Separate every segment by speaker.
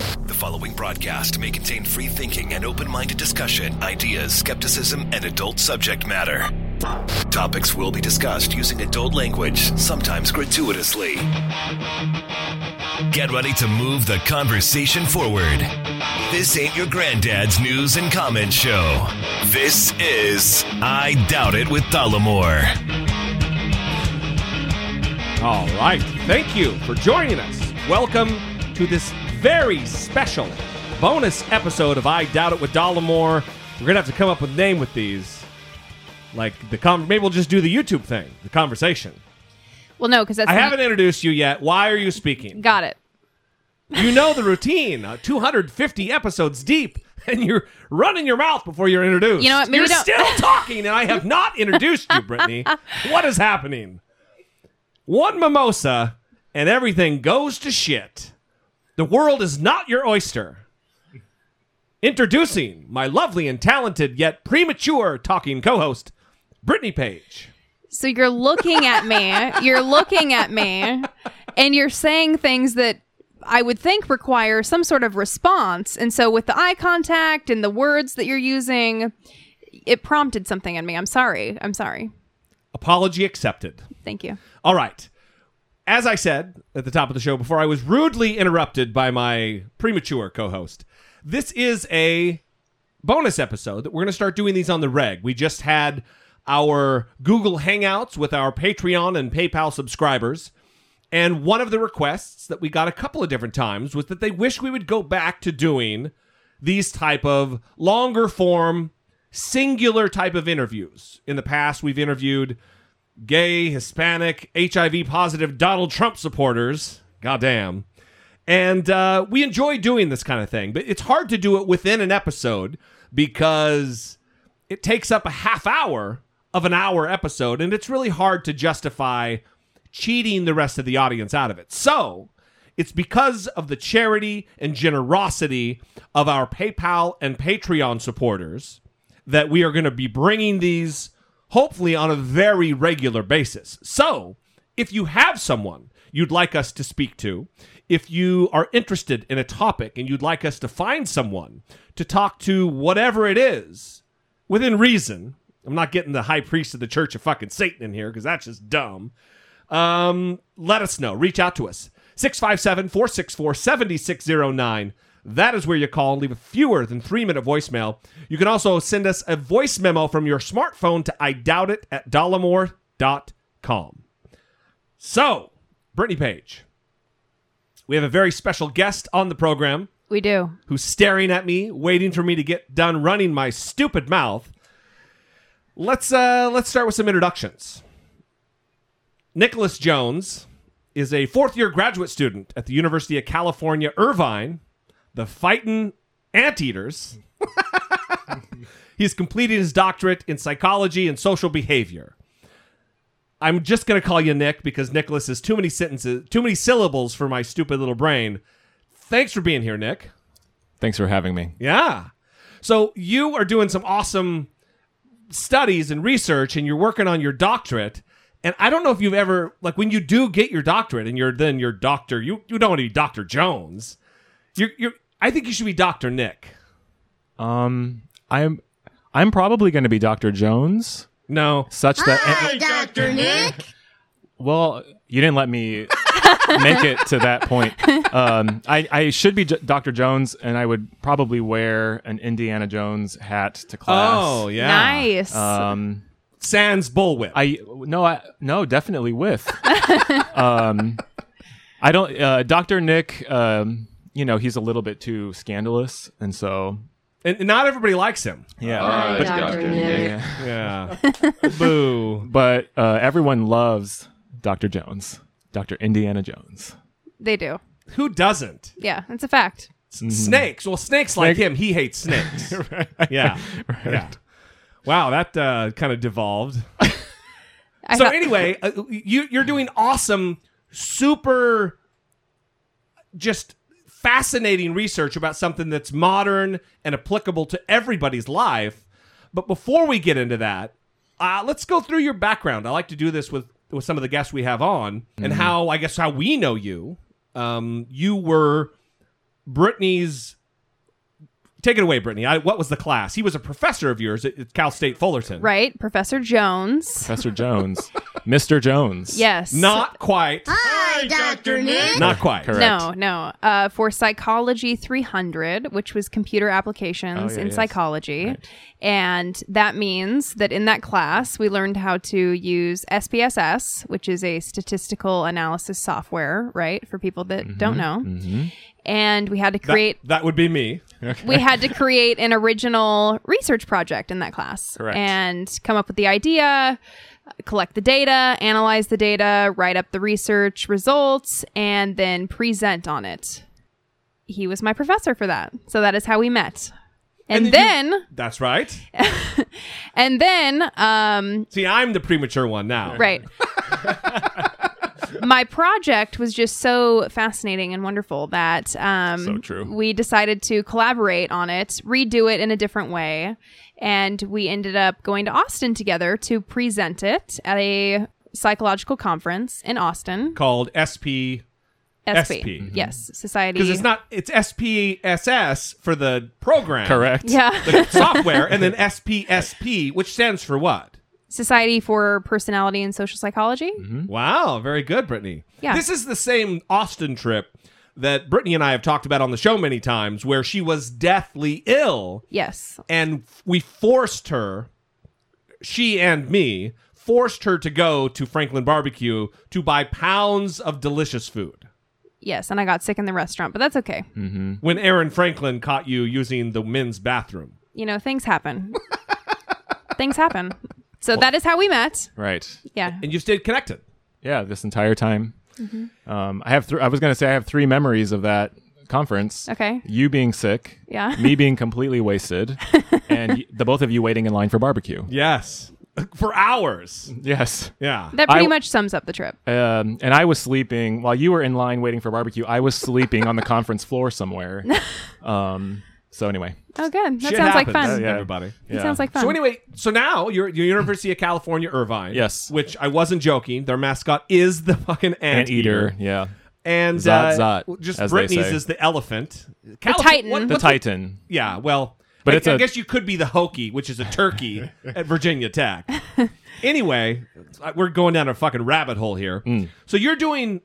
Speaker 1: following broadcast may contain free thinking and open minded discussion, ideas, skepticism, and adult subject matter. Topics will be discussed using adult language, sometimes gratuitously. Get ready to move the conversation forward. This ain't your granddad's news and comment show. This is I Doubt It with Dollamore.
Speaker 2: All right. Thank you for joining us. Welcome to this very special bonus episode of I Doubt It with Dollamore. We're going to have to come up with a name with these. Like the con- maybe we'll just do the YouTube thing, the conversation.
Speaker 3: Well, no, because that's
Speaker 2: I
Speaker 3: the-
Speaker 2: haven't introduced you yet. Why are you speaking?
Speaker 3: got it.
Speaker 2: You know the routine. uh, 250 episodes deep and you're running your mouth before you're introduced.
Speaker 3: You know what, maybe
Speaker 2: you're
Speaker 3: don't-
Speaker 2: still talking and I have not introduced you, Brittany. What is happening? One mimosa and everything goes to shit. The world is not your oyster. Introducing my lovely and talented yet premature talking co-host, Brittany Page.
Speaker 3: So you're looking at me, you're looking at me, and you're saying things that I would think require some sort of response. And so with the eye contact and the words that you're using, it prompted something in me. I'm sorry. I'm sorry.
Speaker 2: Apology accepted.
Speaker 3: Thank you.
Speaker 2: All right. As I said at the top of the show before, I was rudely interrupted by my premature co host. This is a bonus episode that we're going to start doing these on the reg. We just had our Google Hangouts with our Patreon and PayPal subscribers. And one of the requests that we got a couple of different times was that they wish we would go back to doing these type of longer form, singular type of interviews. In the past, we've interviewed gay, Hispanic, HIV positive Donald Trump supporters. Goddamn. And uh, we enjoy doing this kind of thing, but it's hard to do it within an episode because it takes up a half hour of an hour episode, and it's really hard to justify cheating the rest of the audience out of it. So it's because of the charity and generosity of our PayPal and Patreon supporters that we are going to be bringing these hopefully on a very regular basis. So, if you have someone you'd like us to speak to, if you are interested in a topic and you'd like us to find someone to talk to, whatever it is, within reason, I'm not getting the high priest of the church of fucking Satan in here because that's just dumb. Um, let us know. Reach out to us. 657 464 7609. That is where you call and leave a fewer than three minute voicemail. You can also send us a voice memo from your smartphone to I doubt it at dollamore.com. So, Brittany Page, we have a very special guest on the program
Speaker 3: We do.
Speaker 2: who's staring at me, waiting for me to get done running my stupid mouth. Let's uh, let's start with some introductions. Nicholas Jones is a fourth-year graduate student at the University of California, Irvine, the fightin' anteaters. He's completed his doctorate in psychology and social behavior. I'm just gonna call you Nick because Nicholas is too many sentences, too many syllables for my stupid little brain. Thanks for being here, Nick.
Speaker 4: Thanks for having me.
Speaker 2: Yeah. So you are doing some awesome studies and research and you're working on your doctorate. And I don't know if you've ever like when you do get your doctorate and you're then your doctor, you you don't want to be Dr. Jones. You're you're I think you should be Dr. Nick.
Speaker 4: Um, I'm I'm probably going to be Dr. Jones,
Speaker 2: No.
Speaker 4: such that
Speaker 5: Dr. Nick.
Speaker 4: well, you didn't let me make it to that point. Um, I I should be J- Dr. Jones, and I would probably wear an Indiana Jones hat to class.
Speaker 2: Oh yeah. Uh,
Speaker 3: Nice.
Speaker 4: Um,
Speaker 2: Sans bullwhip.
Speaker 4: I no, I no, definitely with. um, I don't. Uh, Dr. Nick. Um, you know, he's a little bit too scandalous, and so
Speaker 2: and and not everybody likes him.
Speaker 4: yeah.
Speaker 5: Dr. Nick.
Speaker 4: yeah.
Speaker 2: Yeah. Boo.
Speaker 4: but uh, everyone loves Dr. Jones, Dr. Indiana Jones.
Speaker 3: they do.
Speaker 2: Who doesn't?
Speaker 3: Yeah, it's a fact.
Speaker 2: S-
Speaker 4: Mm-hmm.
Speaker 2: Snakes. Well, snakes like him. He hates snakes. Yeah. Yeah. Wow, that uh, kind of devolved.
Speaker 3: I
Speaker 2: so
Speaker 3: thought-
Speaker 2: anyway, uh, you you're doing awesome, super, just fascinating research about something that's modern and applicable to everybody's life. But before we get into that, uh, let's go through your background. I like to do this with with some of the guests we have on and how I guess how we know you. Um, you were Brittany's. Take it away, Brittany. I, what was the class? He was a professor of yours at, at Cal State Fullerton.
Speaker 3: right? Professor Jones.
Speaker 4: Professor Jones, Mr. Jones.
Speaker 3: Yes.
Speaker 2: Not quite.
Speaker 5: Hi, Dr. Nick.
Speaker 2: Not quite.
Speaker 4: Correct.
Speaker 3: No, no. Uh, for Psychology 300, which was computer applications
Speaker 4: Oh, yeah,
Speaker 3: in
Speaker 4: yes.
Speaker 3: psychology.
Speaker 4: Right.
Speaker 3: And that means that in that class, we learned how to use SPSS, which is a statistical analysis software, right? For people that
Speaker 4: Mm-hmm.
Speaker 3: don't know. And we had to
Speaker 2: That-
Speaker 3: create.
Speaker 2: That, would be me.
Speaker 3: we had to create an original research project in that class
Speaker 4: Correct.
Speaker 3: and come up with the idea collect the data analyze the data write up the research results and then present on it he was my professor for that so that is how we met and,
Speaker 2: And then
Speaker 3: then,
Speaker 2: That's right.
Speaker 3: and then um
Speaker 2: See, I'm the premature one now.
Speaker 3: Right. My project was just so fascinating and wonderful that um,
Speaker 4: So true.
Speaker 3: we decided to collaborate on it, redo it in a different way, and we ended up going to Austin together to present it at a psychological conference in Austin.
Speaker 2: Called SP
Speaker 3: SP.
Speaker 2: SP. Mhm.
Speaker 3: Yes, Society.
Speaker 2: because it's not it's SPSS for the program.
Speaker 4: Correct.
Speaker 3: yeah,
Speaker 2: The software and then SPSP, which stands for what?
Speaker 3: Society for Personality and Social Psychology.
Speaker 2: Mm-hmm.
Speaker 4: Hmm?
Speaker 2: Wow, very good, Brittany.
Speaker 3: Yeah.
Speaker 2: This is the same Austin trip that Brittany and I have talked about on the show many times, where she was deathly ill
Speaker 3: Yes,
Speaker 2: and we forced her, she and me, forced her to go to Franklin Barbecue to buy pounds of delicious food.
Speaker 3: yes, and I got sick in the restaurant, but that's okay.
Speaker 2: When Aaron Franklin caught you using the men's bathroom.
Speaker 3: you know, things happen. things happen. So that is how we met.
Speaker 4: Right.
Speaker 3: Yeah.
Speaker 2: And you stayed connected.
Speaker 4: Yeah, this entire time.
Speaker 3: Mm-hmm.
Speaker 4: Um, I have. Th- I was gonna say I have three memories of that conference.
Speaker 3: Okay.
Speaker 4: You being sick.
Speaker 3: Yeah.
Speaker 4: Me being completely wasted, and y- the both of you waiting in line for barbecue.
Speaker 2: Yes. For hours.
Speaker 4: Yes.
Speaker 2: Yeah.
Speaker 3: That pretty
Speaker 4: I-
Speaker 3: much sums up the trip.
Speaker 4: Um, and I was sleeping while you were in line waiting for barbecue. I was sleeping on the conference floor somewhere. Um, so anyway,
Speaker 3: Oh, good. That
Speaker 2: Shit
Speaker 3: sounds like
Speaker 2: happens,
Speaker 3: fun.
Speaker 4: Uh, yeah.
Speaker 2: Everybody.
Speaker 3: It sounds like fun.
Speaker 2: So anyway, so now you're you're University of California Irvine.
Speaker 4: Yes.
Speaker 2: Which I wasn't joking. Their mascot is the fucking
Speaker 4: and
Speaker 2: anteater.
Speaker 4: eater. Yeah.
Speaker 2: And
Speaker 4: Zot,
Speaker 2: uh,
Speaker 4: zot,
Speaker 2: just
Speaker 4: as they
Speaker 2: Britney's
Speaker 4: say.
Speaker 2: is the elephant. the
Speaker 3: titan.
Speaker 2: What,
Speaker 3: The
Speaker 4: The
Speaker 2: what's
Speaker 4: Titan.
Speaker 2: the- yeah, well,
Speaker 4: Mm. But
Speaker 2: I,
Speaker 4: it's
Speaker 2: I
Speaker 4: a-
Speaker 2: guess you could be the hokey, which is a turkey at Virginia Tech. anyway, I- we're going down a fucking rabbit hole here.
Speaker 4: Mm.
Speaker 2: So you're doing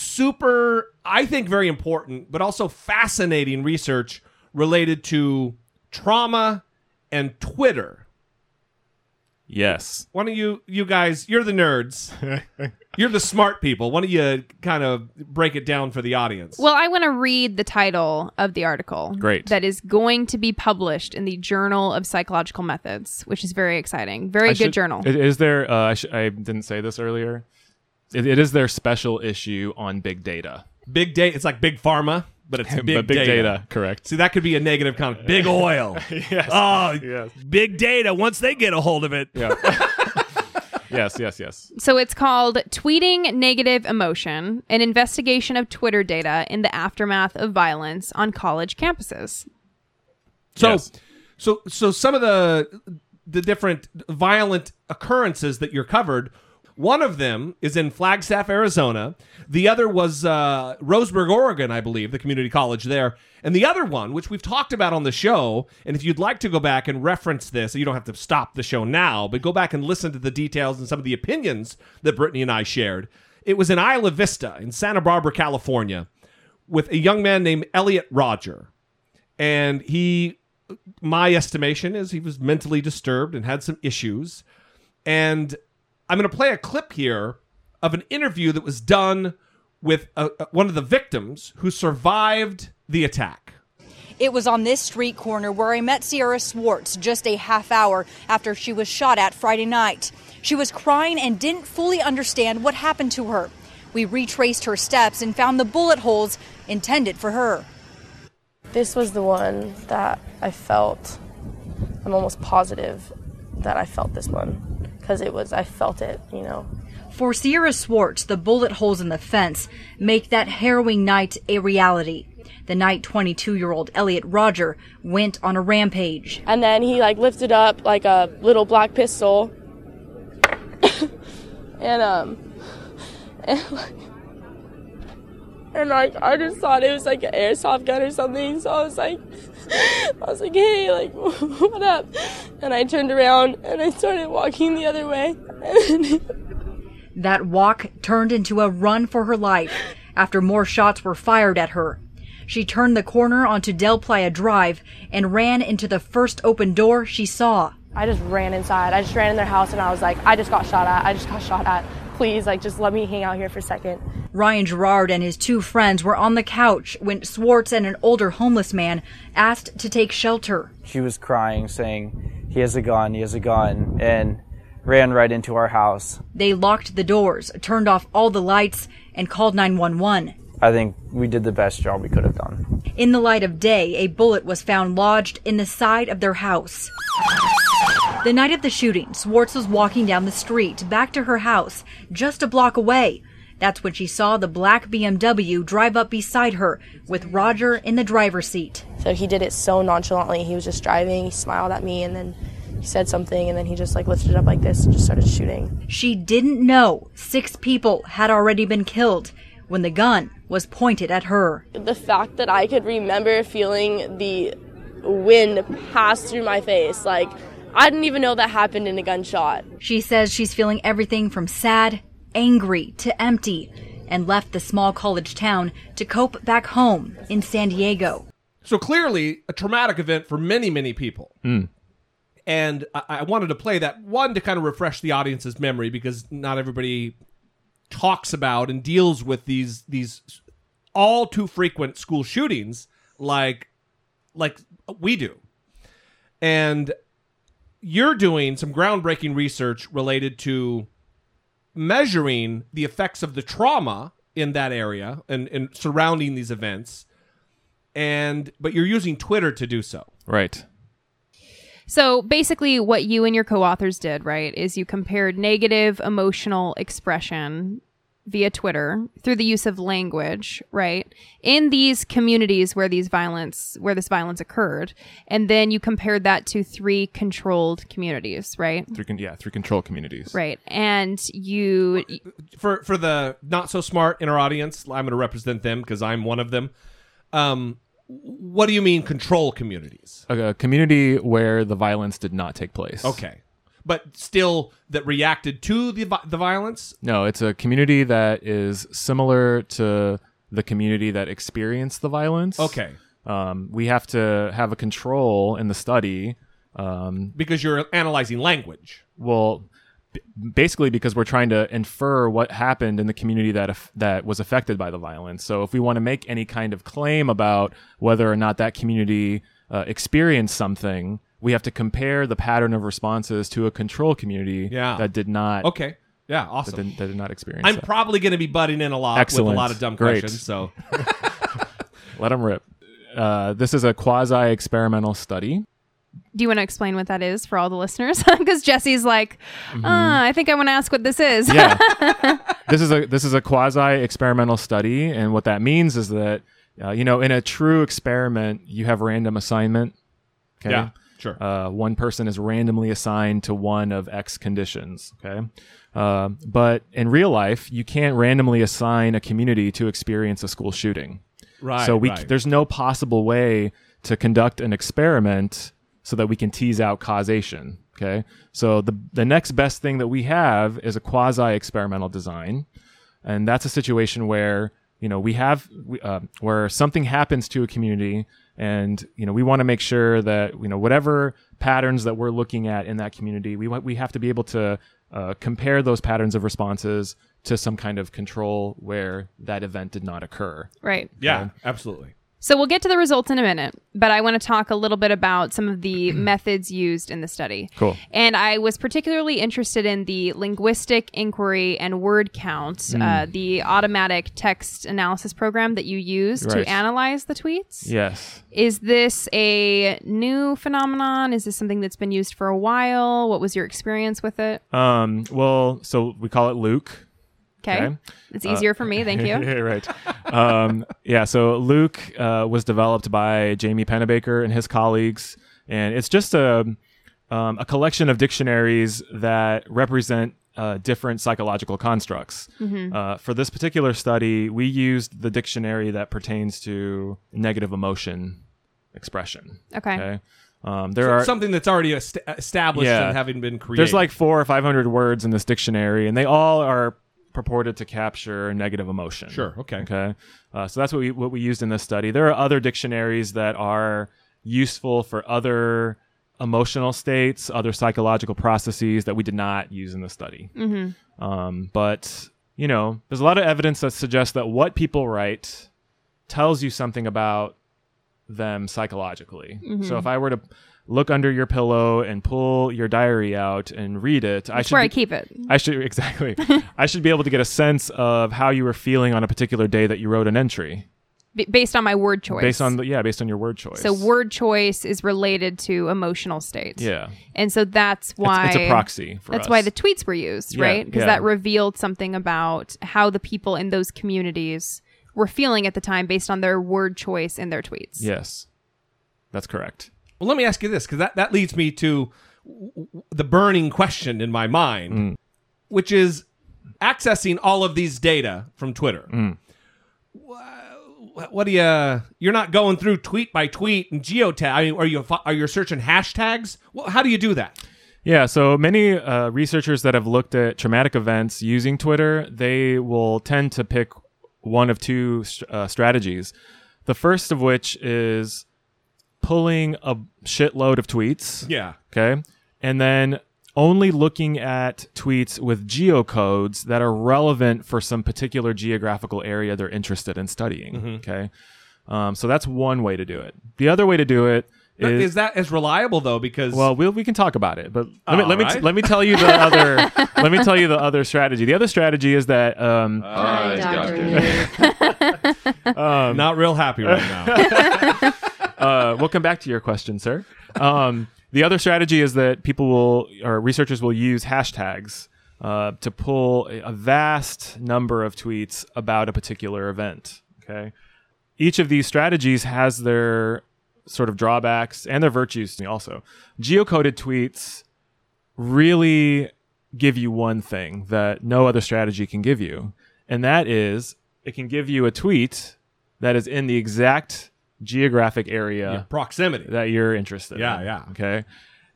Speaker 2: super, I think, very important, but also fascinating research related to trauma and Twitter.
Speaker 4: Yes.
Speaker 2: why don't you you guys you're the nerds you're the smart people why don't you kind of break it down for the audience
Speaker 3: Well, I want to read the title of the article.
Speaker 4: Great.
Speaker 3: That is going to be published in the Journal of Psychological Methods, which is very exciting. Very
Speaker 4: I
Speaker 3: good
Speaker 4: should-
Speaker 3: journal.
Speaker 4: i- Is there? Uh, I, sh- I didn't say this earlier. It, it is their special issue on big data.
Speaker 2: big data it's like big pharma but it's big,
Speaker 4: but big
Speaker 2: data.
Speaker 4: data. correct?
Speaker 2: see that could be a negative comment big oil yes. oh big data once they get a hold of it
Speaker 4: Yeah. yes, yes, yes.
Speaker 3: So it's called Tweeting Negative Emotion An Investigation of Twitter Data in the Aftermath of Violence on College Campuses.
Speaker 2: so
Speaker 4: Yes.
Speaker 2: so so some of the the different violent occurrences that you're covered one of them is in Flagstaff, Arizona. The other was uh, Roseburg, Oregon, I believe, the community college there. And the other one, which we've talked about on the show, and if you'd like to go back and reference this, you don't have to stop the show now, but go back and listen to the details and some of the opinions that Brittany and I shared. It was in Isla Vista in Santa Barbara, California, with a young man named Elliot Roger and he my estimation is he was mentally disturbed and had some issues and i'm going to play a clip here of an interview that was done with uh uh, one of the victims who survived the attack
Speaker 6: It was on this street corner where I met Sierra Swartz just a half hour after she was shot at Friday night. She was crying and didn't fully understand what happened to her. We retraced her steps and found the bullet holes intended for her.
Speaker 7: This was the one that I felt. I'm almost positive that I felt this one because it was, I felt it, you know.
Speaker 6: For Sierra Swartz, the bullet holes in the fence make that harrowing night a reality. The night 22 year old Elliot Roger went on a rampage.
Speaker 7: And then he like lifted up like a little black pistol and, um, and, like, and like I just thought it was like an airsoft gun or something. So I was like, I was like, hey, like what up? And I turned around and I started walking the other way.
Speaker 6: That walk turned into a run for her life after more shots were fired at her. She turned the corner onto Del Playa Drive and ran into the first open door she saw.
Speaker 7: I just ran inside. I just ran in their house and I was like, I just got shot at. I just got shot at. Please, like, just let me hang out here for a second.
Speaker 6: Ryan Gerard and his two friends were on the couch when Swartz and an older homeless man asked to take shelter.
Speaker 8: She was crying, saying, He has a gun, he has a gun, and ran right into our house.
Speaker 6: They locked the doors, turned off all the lights, and called 911.
Speaker 8: I think we did the best job we could have done.
Speaker 6: In the light of day, a bullet was found lodged in the side of their house. The night of the shooting, Swartz was walking down the street back to her house, just a block away. That's when she saw the black BMW drive up beside her with Roger in the driver's seat.
Speaker 7: So he did it so nonchalantly. He was just driving. He smiled at me and then he said something and then he just like lifted up like this and just started shooting.
Speaker 6: She didn't know six people had already been killed when the gun was pointed at her.
Speaker 7: The fact that I could remember feeling the wind pass through my face, like I didn't even know that happened in a gunshot.
Speaker 6: She says she's feeling everything from sad, angry, to empty, and left the small college town to cope back home in San Diego.
Speaker 2: So clearly, a traumatic event for many, many people. And I-, I wanted to play that one to kind of refresh the audience's memory because not everybody talks about and deals with these these all too frequent school shootings like like we do. And you're doing some groundbreaking research related to measuring the effects of the trauma in that area and, and surrounding these events and but you're using twitter to do so
Speaker 4: Right.
Speaker 3: So basically, what you and your co authors did, right, is you compared negative emotional expression via Twitter through the use of language, right, in these communities where these violence, where this violence occurred. And then you compared that to three controlled communities, right?
Speaker 4: Through con- yeah, through control communities.
Speaker 3: Right. And you,
Speaker 2: for for the not so smart in our audience i'm going to represent them because i'm one of them um what do you mean control communities
Speaker 4: A, a community where the violence did not take place.
Speaker 2: okay but still that reacted to the vi- the violence
Speaker 4: No, it's a community that is similar to the community that experienced the violence.
Speaker 2: okay
Speaker 4: Um, we have to have a control in the study. Um,
Speaker 2: because you're analyzing language
Speaker 4: well, b- basically because we're trying to infer what happened in the community that aff that was affected by the violence. So if we want to make any kind of claim about whether or not that community uh, experienced something, we have to compare the pattern of responses to a control community
Speaker 2: Yeah.
Speaker 4: that did not
Speaker 2: okay yeah
Speaker 4: that,
Speaker 2: awesome
Speaker 4: did, that did not experience.
Speaker 2: i'm
Speaker 4: that.
Speaker 2: probably going to be butting in a lot with
Speaker 4: Excellent.
Speaker 2: a lot of dumb
Speaker 4: Great.
Speaker 2: questions so
Speaker 4: Let them rip. Uh, this is a quasi experimental study.
Speaker 3: do you want to explain what that is for all the listeners? Because Jesse's like, "Ah, I think I want to ask what this is.
Speaker 4: Yeah. this is a this is a quasi experimental study, and what that means is that uh, you know in a true experiment you have random assignment. Okay.
Speaker 2: yeah sure
Speaker 4: Uh, one person is randomly assigned to one of X conditions. Okay. Uh, but in real life, you can't randomly assign a community to experience a school shooting.
Speaker 2: right
Speaker 4: so we c-
Speaker 2: right.
Speaker 4: there's no possible way to conduct an experiment so that we can tease out causation okay so the the next best thing that we have is a quasi experimental design and that's a situation where you know we have we, uh, where something happens to a community and you know we want to make sure that you know whatever patterns that we're looking at in that community we want we have to be able to uh, compare those patterns of responses to some kind of control where that event did not occur
Speaker 3: Right.
Speaker 2: yeah absolutely
Speaker 3: So we'll get to the results in a minute, but I want to talk a little bit about some of the methods used in the study.
Speaker 4: Cool.
Speaker 3: And I was particularly interested in the linguistic inquiry and word count,
Speaker 4: Mm.
Speaker 3: uh, the automatic text analysis program that you use
Speaker 4: Right.
Speaker 3: to analyze the tweets.
Speaker 4: Yes.
Speaker 3: Is this a new phenomenon? Is this something that's been used for a while? What was your experience with it?
Speaker 4: Um, well, so we call it Luke.
Speaker 3: Okay.
Speaker 4: okay.
Speaker 3: It's easier for me. Thank you.
Speaker 4: right. Um, yeah. So Luke uh, was developed by Jamie Pennebaker and his colleagues, and it's just a um, a collection of dictionaries that represent uh, different psychological constructs. Uh, for this particular study, we used the dictionary that pertains to negative emotion expression.
Speaker 3: Okay.
Speaker 4: Um, there are
Speaker 2: Something that's already est- established
Speaker 4: Yeah.
Speaker 2: and having been created.
Speaker 4: there's like four or five hundred words in this dictionary, and they all are purported to capture negative emotion.
Speaker 2: Sure, okay.
Speaker 4: Okay. Uh, so that's what we what we used in this study. There are other dictionaries that are useful for other emotional states, other psychological processes that we did not use in the study.
Speaker 3: Mm-hmm.
Speaker 4: Um, but you know, there's a lot of evidence that suggests that what people write tells you something about them psychologically.
Speaker 3: Mm-hmm.
Speaker 4: So if I were to look under your pillow and pull your diary out and read it, I
Speaker 3: That's
Speaker 4: should
Speaker 3: where I
Speaker 4: be-
Speaker 3: keep it.
Speaker 4: I should exactly. I should be able to get a sense of how you were feeling on a particular day that you wrote an entry
Speaker 3: B- based on my word choice.
Speaker 4: based on the, yeah, based on your word choice.
Speaker 3: so word choice is related to emotional states.
Speaker 4: yeah,
Speaker 3: And so that's why
Speaker 4: it's a proxy for
Speaker 3: that's
Speaker 4: us.
Speaker 3: why the tweets were used,
Speaker 4: Yeah,
Speaker 3: right? Because
Speaker 4: yeah.
Speaker 3: that revealed something about how the people in those communities were feeling at the time based on their word choice in their tweets.
Speaker 4: yes, that's correct.
Speaker 2: Well, let me ask you this because that, that leads me to w- w- the burning question in my mind, which is accessing all of these data from Twitter. Wha- What do you? You're not going through tweet by tweet and geotag. I mean, are you? fo- Are you searching hashtags? Well, how do you do that?
Speaker 4: Yeah, so many uh, researchers that have looked at traumatic events using Twitter, they will tend to pick one of two st- uh, strategies. The first of which is pulling a shitload of tweets.
Speaker 2: Yeah.
Speaker 4: Okay. And then only looking at tweets with geocodes that are relevant for some particular geographical area they're interested in studying.
Speaker 2: Mm-hmm.
Speaker 4: Okay. Um, so that's one way to do it. The other way to do it
Speaker 2: But
Speaker 4: is
Speaker 2: is that as reliable though? Because
Speaker 4: well, we'll we can talk about it, but let me
Speaker 2: All
Speaker 4: let me t-
Speaker 2: right.
Speaker 4: let me tell you the other let me tell you the other strategy. The other strategy is that um,
Speaker 2: I'm not real happy right now.
Speaker 4: uh, we'll come back to your question, sir. Um, the other strategy is that people will or researchers will use hashtags uh, to pull a a vast number of tweets about a particular event. Okay, each of these strategies has their sort of drawbacks and their virtues also. Geocoded tweets really give you one thing that no other strategy can give you, and that is it can give you a tweet that is in the exact geographic area
Speaker 2: Proximity.
Speaker 4: that you're interested
Speaker 2: Yeah,
Speaker 4: in.
Speaker 2: yeah.
Speaker 4: Okay.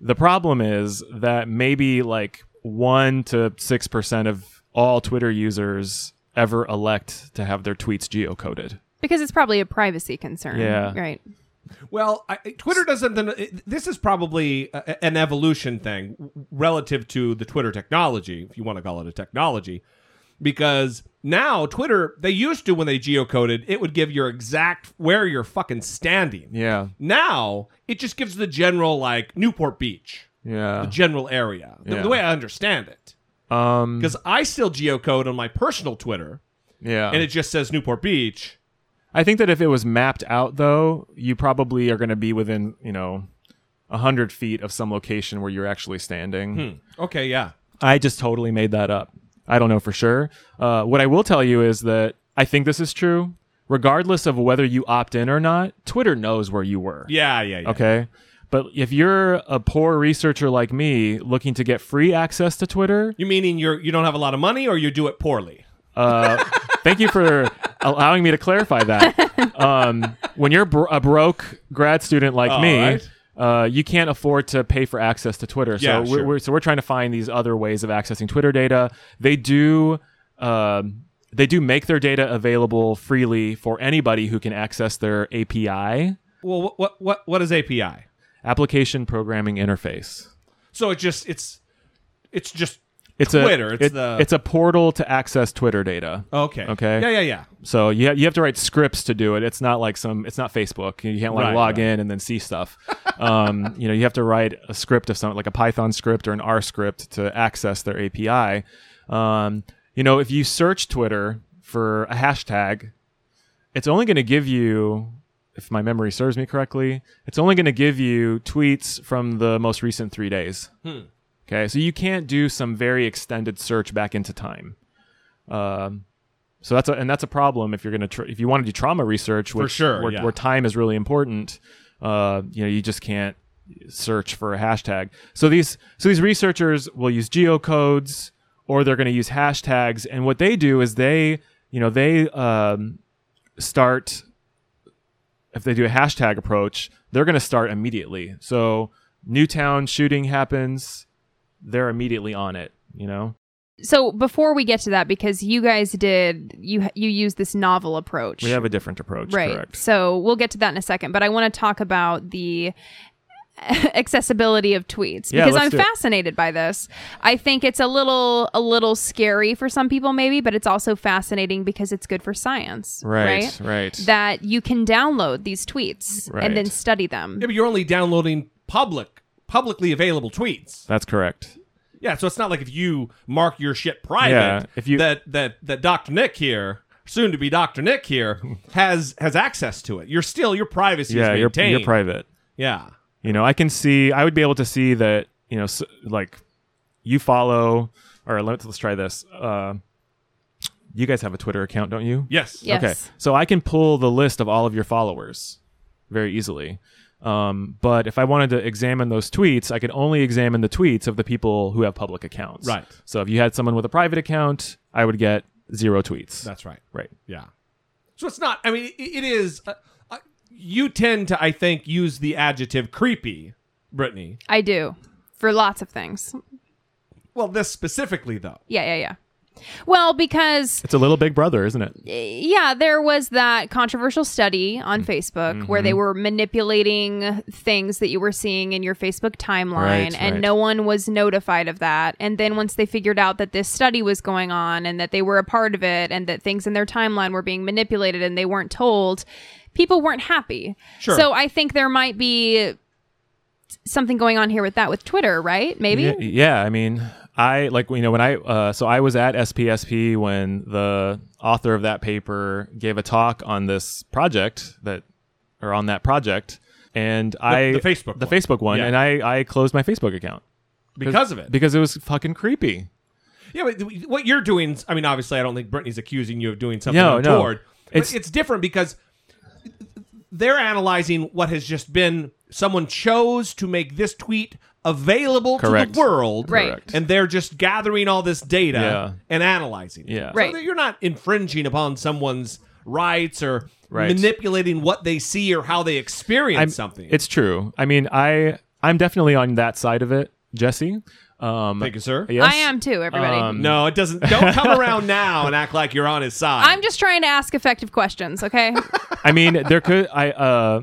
Speaker 4: The problem is that maybe like 1 to 6% of all Twitter users ever elect to have their tweets geocoded.
Speaker 3: Because it's probably a privacy concern.
Speaker 4: Yeah.
Speaker 3: Right.
Speaker 2: Well, I, I- Twitter doesn't. it- This is probably a, an evolution thing w- relative to the Twitter technology, if you want to call it a technology, because now Twitter, they used to when they geocoded, it would give your exact where you're fucking standing.
Speaker 4: Yeah.
Speaker 2: Now it just gives the general like Newport Beach,
Speaker 4: Yeah.
Speaker 2: the general area, the,
Speaker 4: Uh-huh. Yeah.
Speaker 2: the way I understand it.
Speaker 4: um
Speaker 2: Because I still geocode on my personal Twitter,
Speaker 4: yeah.
Speaker 2: and it just says Newport Beach.
Speaker 4: I think that if it was mapped out though, you probably are going to be within, you know, 100 feet of some location where you're actually standing.
Speaker 2: Okay, yeah.
Speaker 4: I just totally made that up. I don't know for sure. Uh, what I will tell you is that I think this is true. Regardless of whether you opt in or not, Twitter knows where you were.
Speaker 2: Yeah, yeah, yeah.
Speaker 4: Okay. But if you're a poor researcher like me looking to get free access to Twitter,
Speaker 2: You meaning you're you don't have a lot of money or you do it poorly?
Speaker 4: uh, thank you for allowing me to clarify that. Um, when you're bro- a broke grad student like
Speaker 2: All
Speaker 4: me,
Speaker 2: right.
Speaker 4: uh, you can't afford to pay for access to Twitter.
Speaker 2: Yeah,
Speaker 4: so
Speaker 2: sure.
Speaker 4: we're, we're so we're trying to find these other ways of accessing Twitter data. They do. Um, they do make their data available freely for anybody who can access their API,
Speaker 2: Well, what what what, what is API?
Speaker 4: application programming interface.
Speaker 2: So it just it's it's just
Speaker 4: It's
Speaker 2: Twitter,
Speaker 4: A,
Speaker 2: it's the- Oh,
Speaker 4: it's a portal to access Twitter data.
Speaker 2: okay.
Speaker 4: Okay.
Speaker 2: Yeah, yeah, yeah.
Speaker 4: So you ha- you have to write scripts to do it. It's not like some. It's not Facebook. You can't like
Speaker 2: Right,
Speaker 4: log
Speaker 2: right.
Speaker 4: in and then see stuff. um, you know, you have to write a script of something like a Python script or an R script to access their API. Um, you know, if you search Twitter for a hashtag, it's only going to give you, if my memory serves me correctly, it's only going to give you tweets from the most recent three days. Okay, so you can't do some very extended search back into time. Um, so that's a, and that's a problem if you're gonna tr- if you want to do trauma research, which,
Speaker 2: sure,
Speaker 4: where,
Speaker 2: yeah.
Speaker 4: where time is really important. Uh, you know, you just can't search for a hashtag. So these so these researchers will use geocodes or they're going to use hashtags. And what they do is they, you know, they um, start if they do a hashtag approach, they're going to start immediately. So Newtown shooting happens, they're immediately on it. You know,
Speaker 3: So before we get to that, because you guys did you you use this novel approach,
Speaker 4: we have a different approach.
Speaker 3: right?
Speaker 4: Correct.
Speaker 3: So we'll get to that in a second. But I want to talk about the accessibility of tweets
Speaker 4: Yeah,
Speaker 3: because
Speaker 4: let's
Speaker 3: I'm
Speaker 4: do it.
Speaker 3: fascinated by this. I think it's a little a little scary for some people, maybe, but it's also fascinating because it's good for science,
Speaker 4: Right, right.
Speaker 3: That you can download these tweets
Speaker 4: Right.
Speaker 3: and then study them.
Speaker 2: Yeah, but you're only downloading public, publicly available tweets.
Speaker 4: That's correct.
Speaker 2: Yeah, so it's not like if you mark your shit private.
Speaker 4: Yeah, if you-
Speaker 2: that that that Dr. Nick here, soon to be Dr. Nick here, has has access to it. You're still your privacy
Speaker 4: yeah,
Speaker 2: is
Speaker 4: you're
Speaker 2: maintained.
Speaker 4: you're private.
Speaker 2: Yeah.
Speaker 4: you know i can see i would be able to see that you know s like you follow or let's let's try this uh you guys have a twitter account don't you
Speaker 2: Yes.
Speaker 3: Yes.
Speaker 4: okay so i can pull the list of all of your followers very easily um, but if i wanted to examine those tweets i could only examine the tweets of the people who have public accounts
Speaker 2: Right.
Speaker 4: so if you had someone with a private account i would get zero tweets
Speaker 2: That's right.
Speaker 4: right
Speaker 2: Yeah. So it's not. I mean, it, it is. Uh, uh, you tend to, I think, use the adjective creepy, Brittany.
Speaker 3: I do for lots of things.
Speaker 2: Well, this specifically, though.
Speaker 3: Yeah, yeah, yeah. Well, because
Speaker 4: it's a little big brother isn't it
Speaker 3: yeah, there was that controversial study on Facebook where they were manipulating things that you were seeing in your Facebook timeline,
Speaker 4: Right,
Speaker 3: and
Speaker 4: right.
Speaker 3: no one was notified of that. And then once they figured out that this study was going on and that they were a part of it and that things in their timeline were being manipulated and they weren't told, people weren't happy.
Speaker 2: Sure.
Speaker 3: So I think there might be something going on here with that with Twitter, right? Maybe?
Speaker 4: Y- yeah, I mean, I like you know when I uh, so I was at SPSP when the author of that paper gave a talk on this project that or on that project, and I
Speaker 2: the Facebook
Speaker 4: the
Speaker 2: one.
Speaker 4: Facebook one,
Speaker 2: Yeah.
Speaker 4: and I I closed my Facebook account
Speaker 2: Because of it.
Speaker 4: because it was fucking creepy.
Speaker 2: Yeah, but th- what you're doing, I mean, obviously, I don't think Brittany's accusing you of doing something
Speaker 4: No, no.
Speaker 2: untoward. But it's,
Speaker 4: It's-
Speaker 2: different because they're analyzing what has just been someone chose to make this tweet available to
Speaker 4: Correct.
Speaker 2: the world.
Speaker 3: Right. Correct.
Speaker 2: And they're just gathering all this data
Speaker 4: Yeah.
Speaker 2: and analyzing it.
Speaker 4: Yeah.
Speaker 2: So
Speaker 3: Right.
Speaker 2: that you're not infringing upon someone's rights or
Speaker 4: Right.
Speaker 2: manipulating what they see or how they experience something.
Speaker 4: It's true. I mean, I I'm definitely on that side of it, Jesse. Um,
Speaker 2: Thank you, sir.
Speaker 4: yes?
Speaker 3: I am too, everybody.
Speaker 4: Um,
Speaker 2: No, it doesn't. Don't come around now and act like you're on his side.
Speaker 3: I'm just trying to ask effective questions, okay?
Speaker 4: I mean, there could I uh,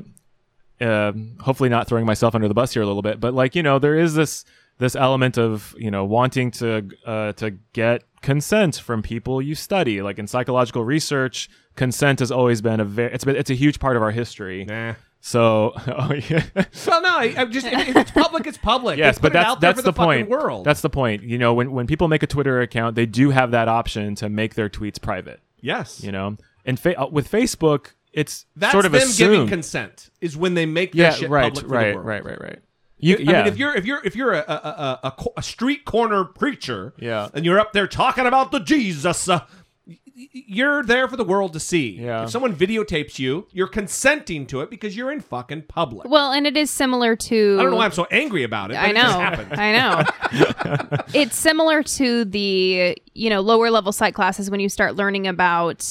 Speaker 4: uh, hopefully not throwing myself under the bus here a little bit, but like you know, there is this this element of you know wanting to uh, to get consent from people you study. Like in psychological research, consent has always been a very it's been it's a huge part of our history.
Speaker 2: Nah.
Speaker 4: So, oh yeah.
Speaker 2: Eh. Well, no, I, I'm just if, if it's public, it's public.
Speaker 4: yes,
Speaker 2: They put it
Speaker 4: but that's
Speaker 2: out there
Speaker 4: that's
Speaker 2: for
Speaker 4: the,
Speaker 2: the, fucking
Speaker 4: point.
Speaker 2: World.
Speaker 4: That's the point. You know, when when people make a Twitter account, they do have that option to make their tweets private.
Speaker 2: yes.
Speaker 4: You know, and fa- uh, with Facebook, it's
Speaker 2: that's
Speaker 4: sort of
Speaker 2: them giving
Speaker 4: assumed.
Speaker 2: consent is when they make their
Speaker 4: yeah,
Speaker 2: shit
Speaker 4: right,
Speaker 2: public for
Speaker 4: right,
Speaker 2: the world.
Speaker 4: right, right, right. You,
Speaker 2: I
Speaker 4: yeah,
Speaker 2: mean, if you're if you're if you're a a, a, a, co- a street corner preacher,
Speaker 4: Yeah.
Speaker 2: and you're up there talking about the Jesus, uh, y- y- you're there for the world to see.
Speaker 4: Yeah.
Speaker 2: If someone videotapes you, you're consenting to it because you're in fucking public.
Speaker 3: Well, and it is similar to.
Speaker 2: I don't know why I'm so angry about it. But
Speaker 3: I
Speaker 2: It just
Speaker 3: know.
Speaker 2: happened.
Speaker 3: I know. it's similar to the you know lower level psych classes when you start learning about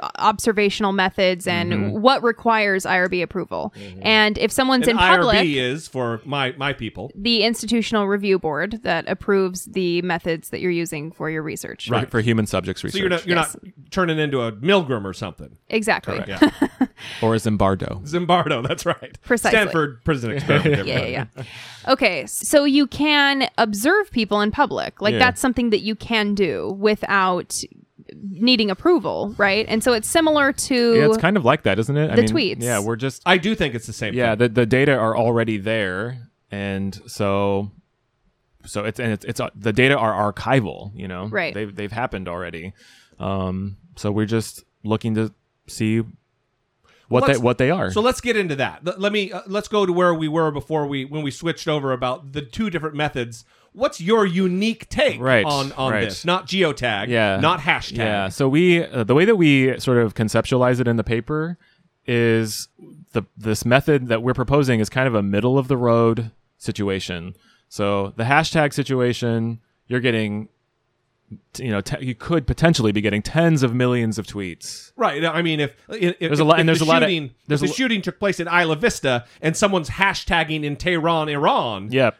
Speaker 3: uh, observational methods and
Speaker 4: Mm-hmm.
Speaker 3: what requires IRB approval. And if someone's
Speaker 2: And
Speaker 3: in public,
Speaker 2: IRB is for my my people.
Speaker 3: the institutional review board that approves the methods that you're using for your research.
Speaker 4: right for human subjects research,
Speaker 2: So you're not you're
Speaker 3: Yes.
Speaker 2: not turning into a Milgram or something.
Speaker 3: Exactly.
Speaker 4: or Zimbardo.
Speaker 2: Zimbardo, that's right.
Speaker 3: Precisely.
Speaker 2: Stanford prison experiment.
Speaker 3: yeah, yeah, yeah. Okay, so you can observe people in public. Like
Speaker 4: Yeah.
Speaker 3: that's something that you can do without needing approval, right? And so it's similar to
Speaker 4: Yeah, it's kind of like that, isn't it? I
Speaker 3: The
Speaker 4: mean,
Speaker 3: tweets.
Speaker 4: Yeah, we're just
Speaker 2: I do think it's the same
Speaker 4: yeah.
Speaker 2: thing.
Speaker 4: The, the data are already there, and so so it's and it's it's uh, the data are archival. You know,
Speaker 3: Right.
Speaker 4: They've they've happened already. Um, so we're just looking to see what
Speaker 2: Let's-
Speaker 4: they what they are.
Speaker 2: So let's get into that. Let, let me uh, let's go to where we were before we when we switched over about the two different methods. What's your unique take
Speaker 4: Right,
Speaker 2: on on
Speaker 4: right.
Speaker 2: this? Not geotag,
Speaker 4: yeah
Speaker 2: not hashtag.
Speaker 4: yeah so we uh, the way that we sort of conceptualize it in the paper is the this method that we're proposing is kind of a middle of the road situation so the hashtag situation you're getting t- you know, te- you could potentially be getting tens of millions of tweets.
Speaker 2: Right. I mean, if, if
Speaker 4: There's a lot-
Speaker 2: if
Speaker 4: and there's
Speaker 2: the
Speaker 4: a lot of-
Speaker 2: shooting, if
Speaker 4: there's a
Speaker 2: the
Speaker 4: lo-
Speaker 2: shooting took place in Isla Vista and someone's hashtagging in Tehran, Iran.
Speaker 4: Yep.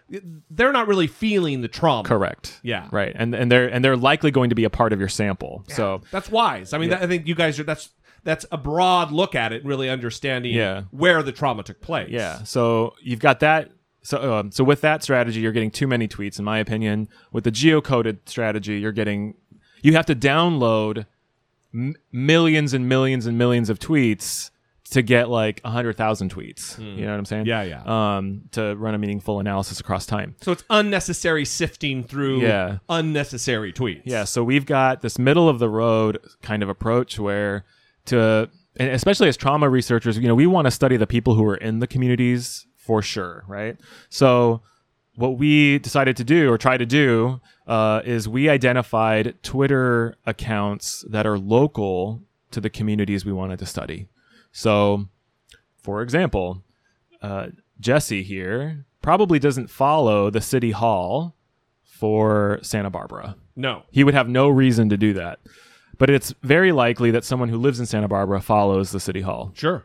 Speaker 2: they're not really feeling the trauma.
Speaker 4: Correct.
Speaker 2: Yeah.
Speaker 4: Right. And and they're and they're likely going to be a part of your sample. So
Speaker 2: That's wise. I mean, that, I think you guys are. That's that's a broad look at it, really understanding
Speaker 4: Yeah.
Speaker 2: where the trauma took place.
Speaker 4: Yeah. So you've got that. So um, so with that strategy, you're getting too many tweets, in my opinion. With the geocoded strategy, you're getting you have to download m- millions and millions and millions of tweets to get like hundred thousand tweets. You know what I'm saying?
Speaker 2: Hmm. Yeah, yeah.
Speaker 4: Um, to run a meaningful analysis across time.
Speaker 2: So it's unnecessary sifting through
Speaker 4: Yeah.
Speaker 2: unnecessary tweets.
Speaker 4: Yeah, so we've got this middle of the road kind of approach where to and especially as trauma researchers, you know, we want to study the people who are in the communities for sure, right? So what we decided to do or try to do uh, is we identified Twitter accounts that are local to the communities we wanted to study. So, for example, uh, Jesse here probably doesn't follow the city hall for Santa Barbara.
Speaker 2: No.
Speaker 4: He would have no reason to do that. But it's very likely that someone who lives in Santa Barbara follows the city hall.
Speaker 2: Sure.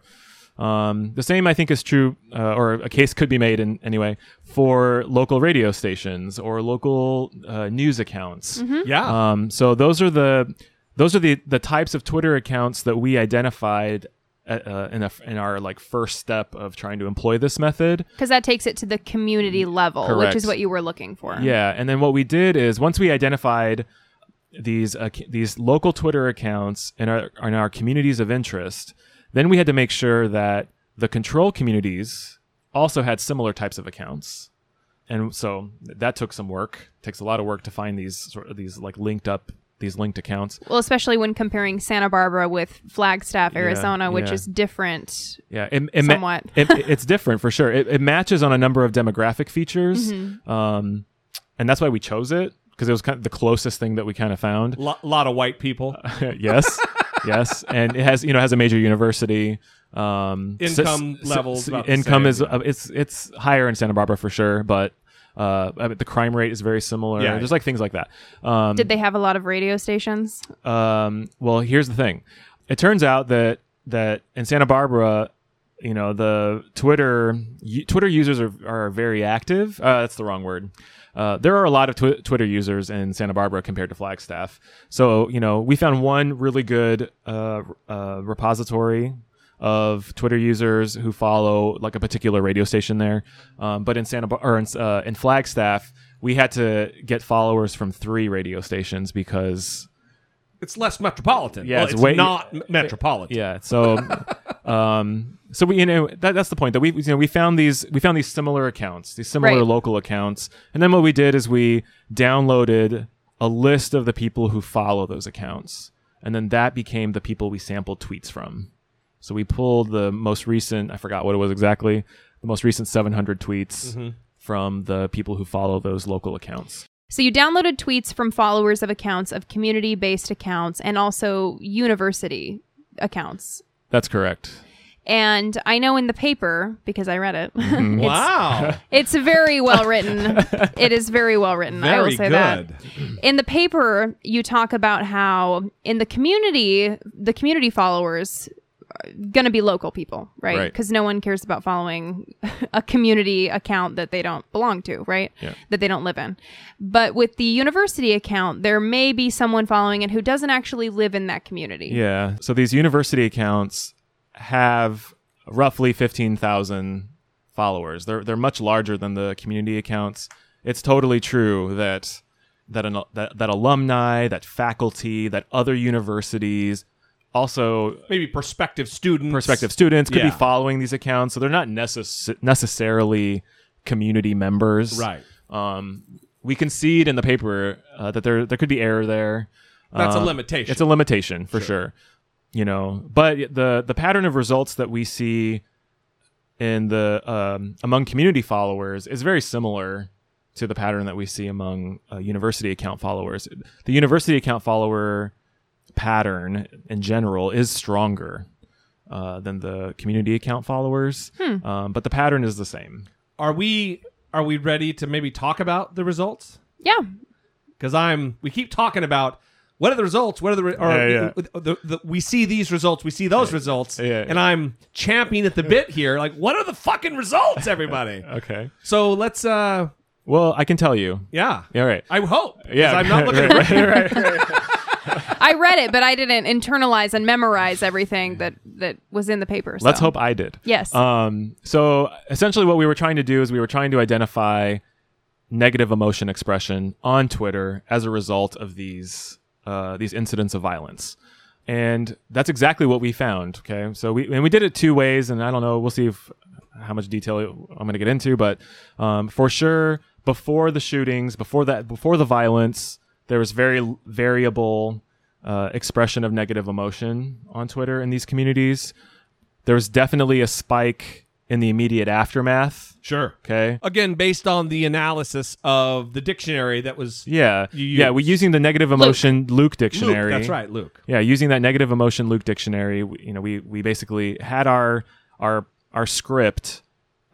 Speaker 4: Um, the same, I think, is true, uh, or a case could be made in anyway for local radio stations or local uh, news accounts.
Speaker 3: Hmm?
Speaker 2: Yeah.
Speaker 4: Um, so those are the those are the the types of Twitter accounts that we identified uh, uh, in a, in our like first step of trying to employ this method.
Speaker 3: Because that takes it to the community level,
Speaker 4: Mm, Correct.
Speaker 3: which is what you were looking for.
Speaker 4: Yeah, and then what we did is once we identified these uh, these local Twitter accounts in our in our communities of interest, then we had to make sure that the control communities also had similar types of accounts, and so that took some work. takes a lot of work to find these sort of these like linked up these linked accounts.
Speaker 3: Well, especially when comparing Santa Barbara with Flagstaff, Arizona, which
Speaker 4: yeah.
Speaker 3: is different.
Speaker 4: Yeah, it, it ma-
Speaker 3: Somewhat.
Speaker 4: it- it's different for sure. It, it matches on a number of demographic features, um, and that's why we chose it because it was kind of the closest thing that we kind of found.
Speaker 2: Lo- lot of white people.
Speaker 4: uh, yes, yes, and it has you know has a major university. Um, s-
Speaker 2: Income
Speaker 4: s-
Speaker 2: level's
Speaker 4: s-
Speaker 2: about the
Speaker 4: income
Speaker 2: same,
Speaker 4: is uh, it's it's higher in Santa Barbara for sure, but uh, I mean, the crime rate is very similar.
Speaker 2: Yeah,
Speaker 4: There's
Speaker 2: yeah.
Speaker 4: like things like that. Um,
Speaker 3: Did they have a lot of radio stations?
Speaker 4: um, well, here's the thing. It turns out that that in Santa Barbara, you know, the Twitter y- Twitter users are are very active. Uh, that's the wrong word. Uh, there are a lot of tw- Twitter users in Santa Barbara compared to Flagstaff. So you know, we found one really good uh, uh, repository of Twitter users who follow like a particular radio station there. Um, but in Santa Bar- or in, uh, in Flagstaff, we had to get followers from three radio stations because
Speaker 2: It's less metropolitan.
Speaker 4: Yeah,
Speaker 2: Well,
Speaker 4: it's
Speaker 2: it's,
Speaker 4: way-
Speaker 2: not m- metropolitan.
Speaker 4: yeah. So, um, so we you know that, that's the point that we you know we found these we found these similar accounts, these similar
Speaker 3: Right.
Speaker 4: local accounts, and then what we did is we downloaded a list of the people who follow those accounts, and then that became the people we sampled tweets from. So we pulled the most recent I forgot what it was exactly the most recent 700 tweets. From the people who follow those local accounts.
Speaker 3: So you downloaded tweets from followers of accounts of community based accounts and also university accounts.
Speaker 4: That's correct.
Speaker 3: And I know in the paper, because I read it,
Speaker 4: Mm-hmm.
Speaker 2: Wow.
Speaker 3: it's very well written. it is very well written. I will
Speaker 2: Very
Speaker 3: say
Speaker 2: good.
Speaker 3: that. in the paper you talk about how in the community the community followers are going to be local people right
Speaker 4: Right.
Speaker 3: because no one cares about following a community account that they don't belong to right
Speaker 4: Yeah.
Speaker 3: that they don't live in but with the university account there may be someone following it who doesn't actually live in that community
Speaker 4: Yeah. So these university accounts have roughly 15,000 followers. They're they're much larger than the community accounts. It's totally true that that an, that, that alumni, that faculty, that other universities also
Speaker 2: Maybe prospective students.
Speaker 4: prospective students could
Speaker 2: Yeah.
Speaker 4: be following these accounts. So they're not necess- necessarily community members.
Speaker 2: Right.
Speaker 4: Um, we concede in the paper uh, that there there could be error there.
Speaker 2: That's a
Speaker 4: Um,
Speaker 2: limitation.
Speaker 4: It's a limitation for sure. You know, but the the pattern of results that we see in the um, among community followers is very similar to the pattern that we see among uh, university account followers. The university account follower pattern in general is stronger uh, than the community account followers, um, but the pattern is the same.
Speaker 2: Are we are we ready to maybe talk about the results?
Speaker 3: yeah
Speaker 2: because I'm. We keep talking about what are the results? What are the re- or
Speaker 4: Yeah, yeah.
Speaker 2: The, the, we see these results? We see those results?
Speaker 4: yeah,
Speaker 2: and
Speaker 4: yeah.
Speaker 2: I'm champing at the bit here. Like, what are the fucking results, everybody?
Speaker 4: Okay.
Speaker 2: So let's. uh
Speaker 4: Well, I can tell you.
Speaker 2: Yeah.
Speaker 4: Yeah, all right.
Speaker 2: I hope. 'cause
Speaker 4: Yeah,
Speaker 2: I'm not looking.
Speaker 4: right,
Speaker 2: at
Speaker 4: right, right, right.
Speaker 3: I read it, but I didn't internalize and memorize everything that that was in the paper.
Speaker 4: Let's
Speaker 3: so.
Speaker 4: hope I did.
Speaker 3: Yes.
Speaker 4: Um, so essentially, what we were trying to do is we were trying to identify negative emotion expression on Twitter as a result of these uh, these incidents of violence, and that's exactly what we found. Okay, so we and we did it two ways, and I don't know. We'll see if how much detail I'm going to get into, but um, for sure, before the shootings, before that, before the violence, there was very variable. Uh, expression of negative emotion on Twitter in these communities there was definitely a spike in the immediate aftermath.
Speaker 2: Sure.
Speaker 4: Okay.
Speaker 2: Again, based on the analysis of the dictionary that was
Speaker 4: Yeah.
Speaker 2: You
Speaker 4: yeah. We're
Speaker 2: used-
Speaker 4: using the negative emotion Luke,
Speaker 2: Luke.
Speaker 4: dictionary.
Speaker 2: That's right, Luke.
Speaker 4: Yeah. Using that negative emotion Luke dictionary, we, you know, we, we basically had our, our, our script,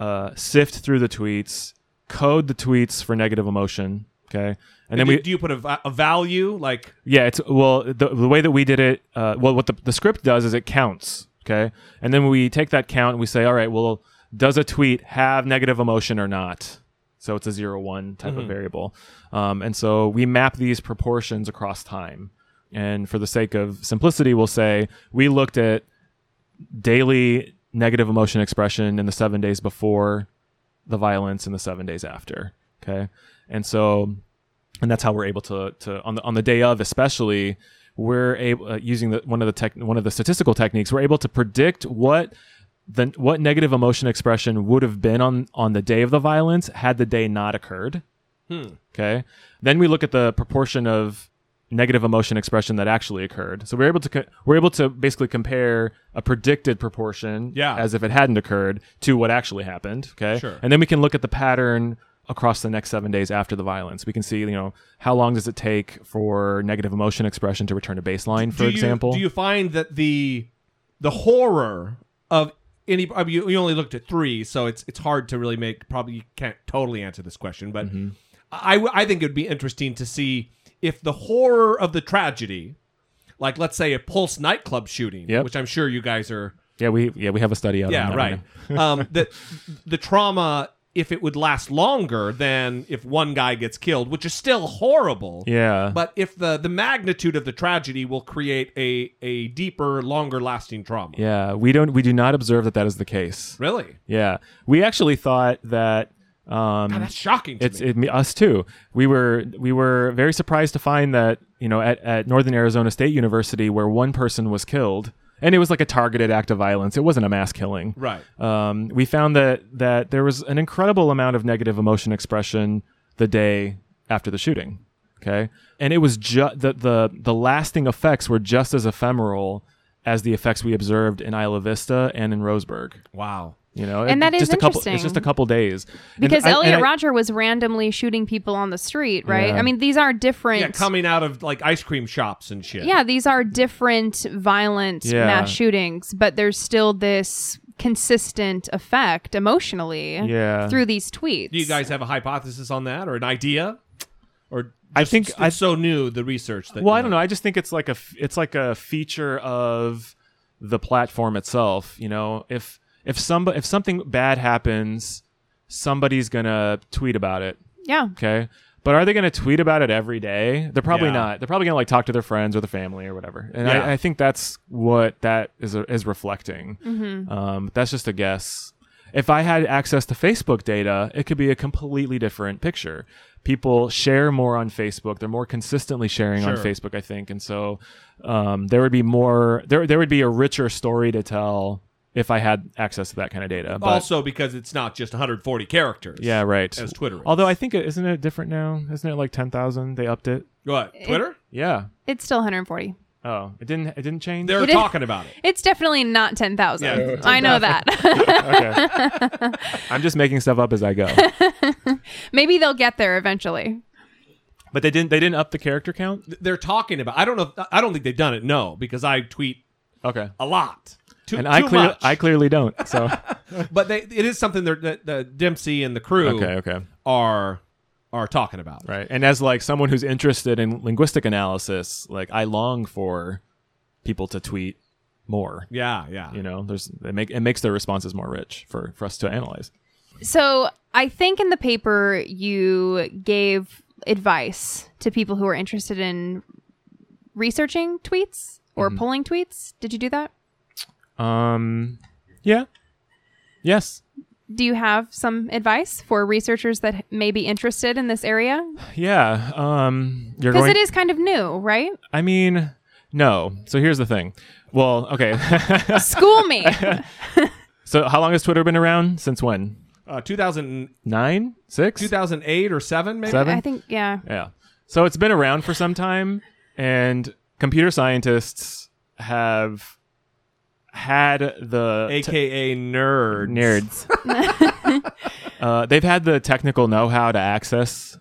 Speaker 4: uh, sift through the tweets, code the tweets for negative emotion. Okay. And then
Speaker 2: do,
Speaker 4: we,
Speaker 2: do you put a, va- a value like
Speaker 4: Yeah, it's well the, the way that we did it. Uh, well, what the, the script does is it counts, okay, and then we take that count and we say, all right, well, does a tweet have negative emotion or not? So it's a zero one type of variable, um, and so we map these proportions across time. And for the sake of simplicity, we'll say we looked at daily negative emotion expression in the seven days before the violence and the seven days after. Okay, and so and that's how we're able to to on the on the day of especially we're able uh, using the one of the tech one of the statistical techniques we're able to predict what the what negative emotion expression would have been on on the day of the violence had the day not occurred okay then we look at the proportion of negative emotion expression that actually occurred so we're able to co- we're able to basically compare a predicted proportion
Speaker 2: Yeah.
Speaker 4: as if it hadn't occurred to what actually happened okay
Speaker 2: Sure.
Speaker 4: and then we can look at the pattern across the next seven days after the violence. We can see, you know, how long does it take for negative emotion expression to return to baseline, for
Speaker 2: do you-
Speaker 4: example?
Speaker 2: do you find that the the horror of any I mean, you, you only looked at three so it's it's hard to really make probably you can't totally answer this question but
Speaker 4: Mm-hmm.
Speaker 2: I, w- I think it would be interesting to see if the horror of the tragedy like let's say a pulse nightclub shooting
Speaker 4: Yep.
Speaker 2: which i'm sure you guys are
Speaker 4: yeah, we yeah we have a study out. on
Speaker 2: yeah
Speaker 4: that
Speaker 2: right um that the trauma if it would last longer than if one guy gets killed which is still horrible
Speaker 4: Yeah.
Speaker 2: but if the the magnitude of the tragedy will create a a deeper longer lasting trauma
Speaker 4: Yeah, we don't we do not observe that that is the case.
Speaker 2: really
Speaker 4: Yeah, we actually thought that. Um,
Speaker 2: that's shocking to
Speaker 4: it's
Speaker 2: me
Speaker 4: it, me- us too. We were we were very surprised to find that you know at, at Northern Arizona State University where one person was killed and it was like a targeted act of violence. It wasn't a mass killing.
Speaker 2: Right.
Speaker 4: Um, we found that that there was an incredible amount of negative emotion expression the day after the shooting. Okay, and it was just the, the the lasting effects were just as ephemeral as the effects we observed in Isla Vista and in Roseburg.
Speaker 2: wow
Speaker 4: You know,
Speaker 3: And
Speaker 4: It-
Speaker 3: that is
Speaker 4: just a couple, It's
Speaker 3: interesting.
Speaker 4: just a couple days And
Speaker 3: because
Speaker 4: I- and
Speaker 3: Elliot
Speaker 4: I-
Speaker 3: Roger was randomly shooting people on the street, right?
Speaker 4: Yeah.
Speaker 3: I mean, these are different.
Speaker 2: yeah coming out of like ice cream shops and shit
Speaker 3: yeah, these are different violent
Speaker 4: Yeah.
Speaker 3: mass shootings, but there's still this consistent effect emotionally
Speaker 4: Yeah.
Speaker 3: through these tweets.
Speaker 2: do you guys have a hypothesis on that or an idea or just,
Speaker 4: I think
Speaker 2: it's
Speaker 4: I-
Speaker 2: so new the research that
Speaker 4: well
Speaker 2: you
Speaker 4: i don't know i just think it's like a f- it's like a feature of the platform itself you know if if some if something bad happens somebody's gonna tweet about it
Speaker 3: Yeah.
Speaker 4: okay but are they gonna tweet about it every day they're probably
Speaker 2: Yeah.
Speaker 4: not they're probably gonna like talk to their friends or their family or whatever and
Speaker 2: Yeah.
Speaker 4: I, I think that's what that is uh, is reflecting um, that's just a guess if i had access to facebook data it could be a completely different picture people share more on facebook they're more consistently sharing on
Speaker 2: Sure.
Speaker 4: facebook i think and so um, there would be more there, there would be a richer story to tell if i had access to that kind of data but
Speaker 2: also because it's not just 140 characters
Speaker 4: yeah right
Speaker 2: as twitter is.
Speaker 4: although i think it isn't it different now isn't it like 10000 they upped it
Speaker 2: what twitter
Speaker 4: yeah
Speaker 3: It's still 140.
Speaker 4: Oh, it didn't. It didn't change.
Speaker 2: they're
Speaker 3: It is-
Speaker 2: talking about it
Speaker 3: It's definitely not 10,000.
Speaker 2: Yeah.
Speaker 3: I know that.
Speaker 4: I'm just making stuff up as I go.
Speaker 3: Maybe they'll get there eventually.
Speaker 4: but they didn't. They didn't up the character count.
Speaker 2: they're talking about i don't know if, i don't think they've done it no because i tweet
Speaker 4: Okay.
Speaker 2: a lot too,
Speaker 4: And
Speaker 2: too
Speaker 4: I clear,
Speaker 2: much.
Speaker 4: I clearly don't. So
Speaker 2: but they, it is something that the, the Dempsey and the crew
Speaker 4: okay, okay.
Speaker 2: are are talking about.
Speaker 4: Right. And as like someone who's interested in linguistic analysis, like I long for people to tweet more.
Speaker 2: Yeah, yeah.
Speaker 4: You know, there's it make it makes their responses more rich for for us to analyze.
Speaker 3: So I think in the paper you gave advice to people who are interested in researching tweets or
Speaker 4: Mm-hmm.
Speaker 3: pulling tweets. Did you do that?
Speaker 4: Um yeah. Yes.
Speaker 3: Do you have some advice for researchers that may be interested in this area?
Speaker 4: Yeah. Um you're
Speaker 3: Because
Speaker 4: going
Speaker 3: it is kind of new, right?
Speaker 4: I mean, no. So here's the thing. Well, okay.
Speaker 3: School me.
Speaker 4: so how long has Twitter been around? Since when?
Speaker 2: Uh, 2000,
Speaker 4: Nine? Six?
Speaker 2: 2008 or 7 maybe.
Speaker 4: Seven?
Speaker 3: I think, yeah.
Speaker 4: Yeah. So it's been around for some time, and computer scientists have had the te-
Speaker 2: AKA nerd.
Speaker 4: nerds. uh, they've had the technical know-how to access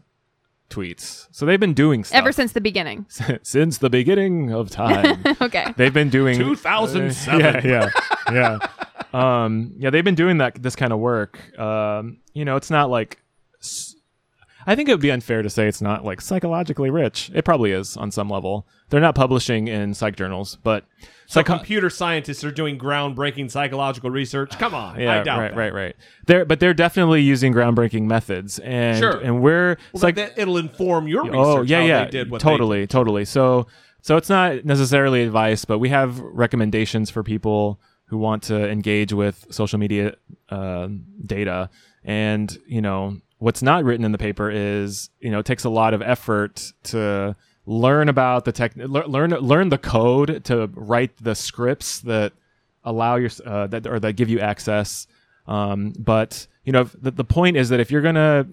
Speaker 4: tweets, so they've been doing stuff
Speaker 3: Ever since the beginning.
Speaker 4: since the beginning of time.
Speaker 3: Okay.
Speaker 4: they've been doing
Speaker 2: 2007.
Speaker 4: yeah, yeah, yeah. Um, yeah, they've been doing that this kind of work. Um, you know, it's not like. s- I think it would be unfair to say it's not like psychologically rich. It probably is on some level. They're not publishing in psych journals, but
Speaker 2: So
Speaker 4: psycho-
Speaker 2: computer scientists are doing groundbreaking psychological research. Come on.
Speaker 4: yeah,
Speaker 2: I doubt
Speaker 4: right,
Speaker 2: that.
Speaker 4: right, right. They're but they're definitely using groundbreaking methods, and
Speaker 2: Sure.
Speaker 4: and we're
Speaker 2: Well,
Speaker 4: it's like
Speaker 2: that, it'll inform your research.
Speaker 4: oh yeah
Speaker 2: how
Speaker 4: yeah
Speaker 2: They did what they
Speaker 4: totally totally so so it's not necessarily advice but we have recommendations for people who want to engage with social media uh, data and you know what's not written in the paper is you know it takes a lot of effort to learn about the tech lear- learn learn the code to write the scripts that allow your uh, that or that give you access um, but you know if- the, the point is that if you're gonna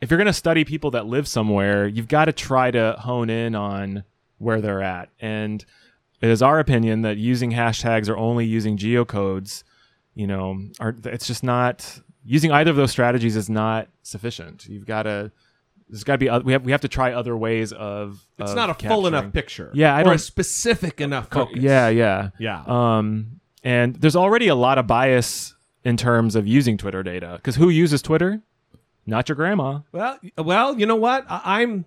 Speaker 4: if you're going to study people that live somewhere, you've got to try to hone in on where they're at. And it is our opinion that using hashtags or only using geocodes, you know, are it's just not using either of those strategies is not sufficient. You've got to there's got to be oth- we have we have to try other ways of
Speaker 2: It's
Speaker 4: of
Speaker 2: not a full
Speaker 4: capturing.
Speaker 2: enough picture.
Speaker 4: Yeah, I
Speaker 2: or a
Speaker 4: don't-
Speaker 2: specific enough focus.
Speaker 4: Yeah, yeah.
Speaker 2: Yeah.
Speaker 4: Um, and there's already a lot of bias in terms of using Twitter data because who uses Twitter? Not your grandma.
Speaker 2: Well, well, you know what? I, I'm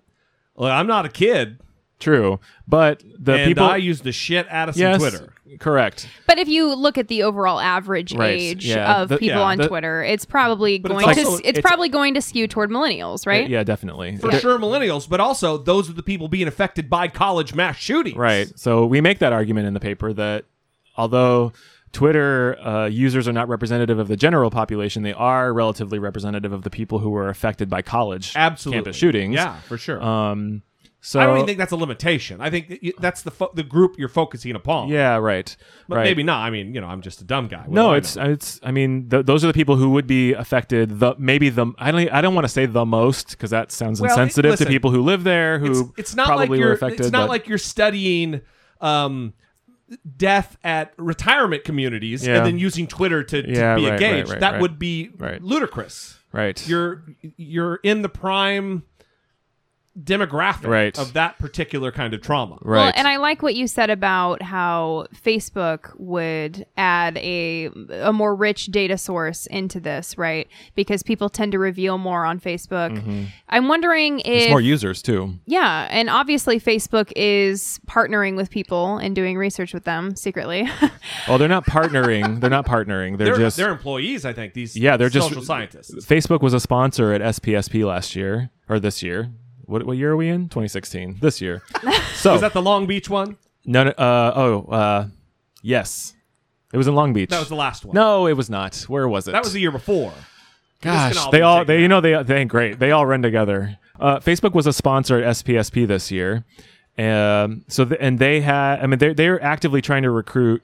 Speaker 2: well, I'm not a kid,
Speaker 4: True, but the
Speaker 2: and
Speaker 4: Uh, people
Speaker 2: I use the shit out of some
Speaker 4: yes,
Speaker 2: Twitter.
Speaker 4: Correct.
Speaker 3: But if you look at the overall average
Speaker 4: Right,
Speaker 3: age
Speaker 4: yeah,
Speaker 3: of
Speaker 4: the-
Speaker 3: people
Speaker 2: yeah,
Speaker 3: on
Speaker 4: the-
Speaker 3: Twitter, it's probably
Speaker 2: it's
Speaker 3: going to
Speaker 2: also-
Speaker 3: s- it's,
Speaker 4: it's-
Speaker 3: probably going to skew toward millennials, right?
Speaker 4: Yeah, definitely.
Speaker 2: For
Speaker 4: There-
Speaker 2: sure, millennials, but also those are the people being affected by college mass shootings.
Speaker 4: Right. So we make that argument in the paper that although Twitter uh, users are not representative of the general population, they are relatively representative of the people who were affected by college
Speaker 2: Absolutely.
Speaker 4: campus shootings.
Speaker 2: Yeah, for sure.
Speaker 4: Um. So
Speaker 2: I don't even think that's a limitation. I think that you- that's the fo- the group you're focusing upon.
Speaker 4: Yeah. Right.
Speaker 2: But
Speaker 4: right.
Speaker 2: maybe not. I mean, you know, I'm just a dumb guy. What do
Speaker 4: No,
Speaker 2: I
Speaker 4: it's
Speaker 2: know?
Speaker 4: it's. I mean, th- those are the people who would be affected. The maybe the I don't I don't want to say the most because that sounds
Speaker 2: Well, it-
Speaker 4: insensitive
Speaker 2: listen,
Speaker 4: to people who live there who
Speaker 2: it's, it's not
Speaker 4: probably
Speaker 2: like you're
Speaker 4: were affected.
Speaker 2: it's not
Speaker 4: but-
Speaker 2: like you're studying um death at retirement communities
Speaker 4: Yeah.
Speaker 2: and then using Twitter to, to
Speaker 4: Yeah,
Speaker 2: be
Speaker 4: right, right,
Speaker 2: engaged.
Speaker 4: right,
Speaker 2: that
Speaker 4: right.
Speaker 2: would be
Speaker 4: Right.
Speaker 2: ludicrous.
Speaker 4: right.
Speaker 2: You're you're in the prime demographic
Speaker 4: Right.
Speaker 2: of that particular kind of trauma.
Speaker 4: right.
Speaker 3: Well, and I like what you said about how Facebook would add a a more rich data source into this, right? Because people tend to reveal more on Facebook. I'm wondering if
Speaker 4: There's Mm-hmm. more users too.
Speaker 3: yeah, and obviously Facebook is partnering with people and doing research with them secretly.
Speaker 4: Oh, they're not partnering. they're not partnering. They're,
Speaker 2: They're,
Speaker 4: just
Speaker 2: they're employees, I think. These
Speaker 4: yeah. They're just
Speaker 2: social scientists.
Speaker 4: Facebook was a sponsor at SPSP last year or this year. What what year are we in? 2016. This year. So
Speaker 2: Is that the Long Beach one?
Speaker 4: no, no uh, oh uh, yes, it was in Long Beach.
Speaker 2: That was the last one.
Speaker 4: no, it was not. Where was it?
Speaker 2: that was the year before.
Speaker 4: Gosh,
Speaker 2: all
Speaker 4: they
Speaker 2: be
Speaker 4: all
Speaker 2: taken
Speaker 4: they you know they they ain't great. They all run together. Uh, Facebook was a sponsor at SPSP this year, um, so th- and they had I mean they they're actively trying to recruit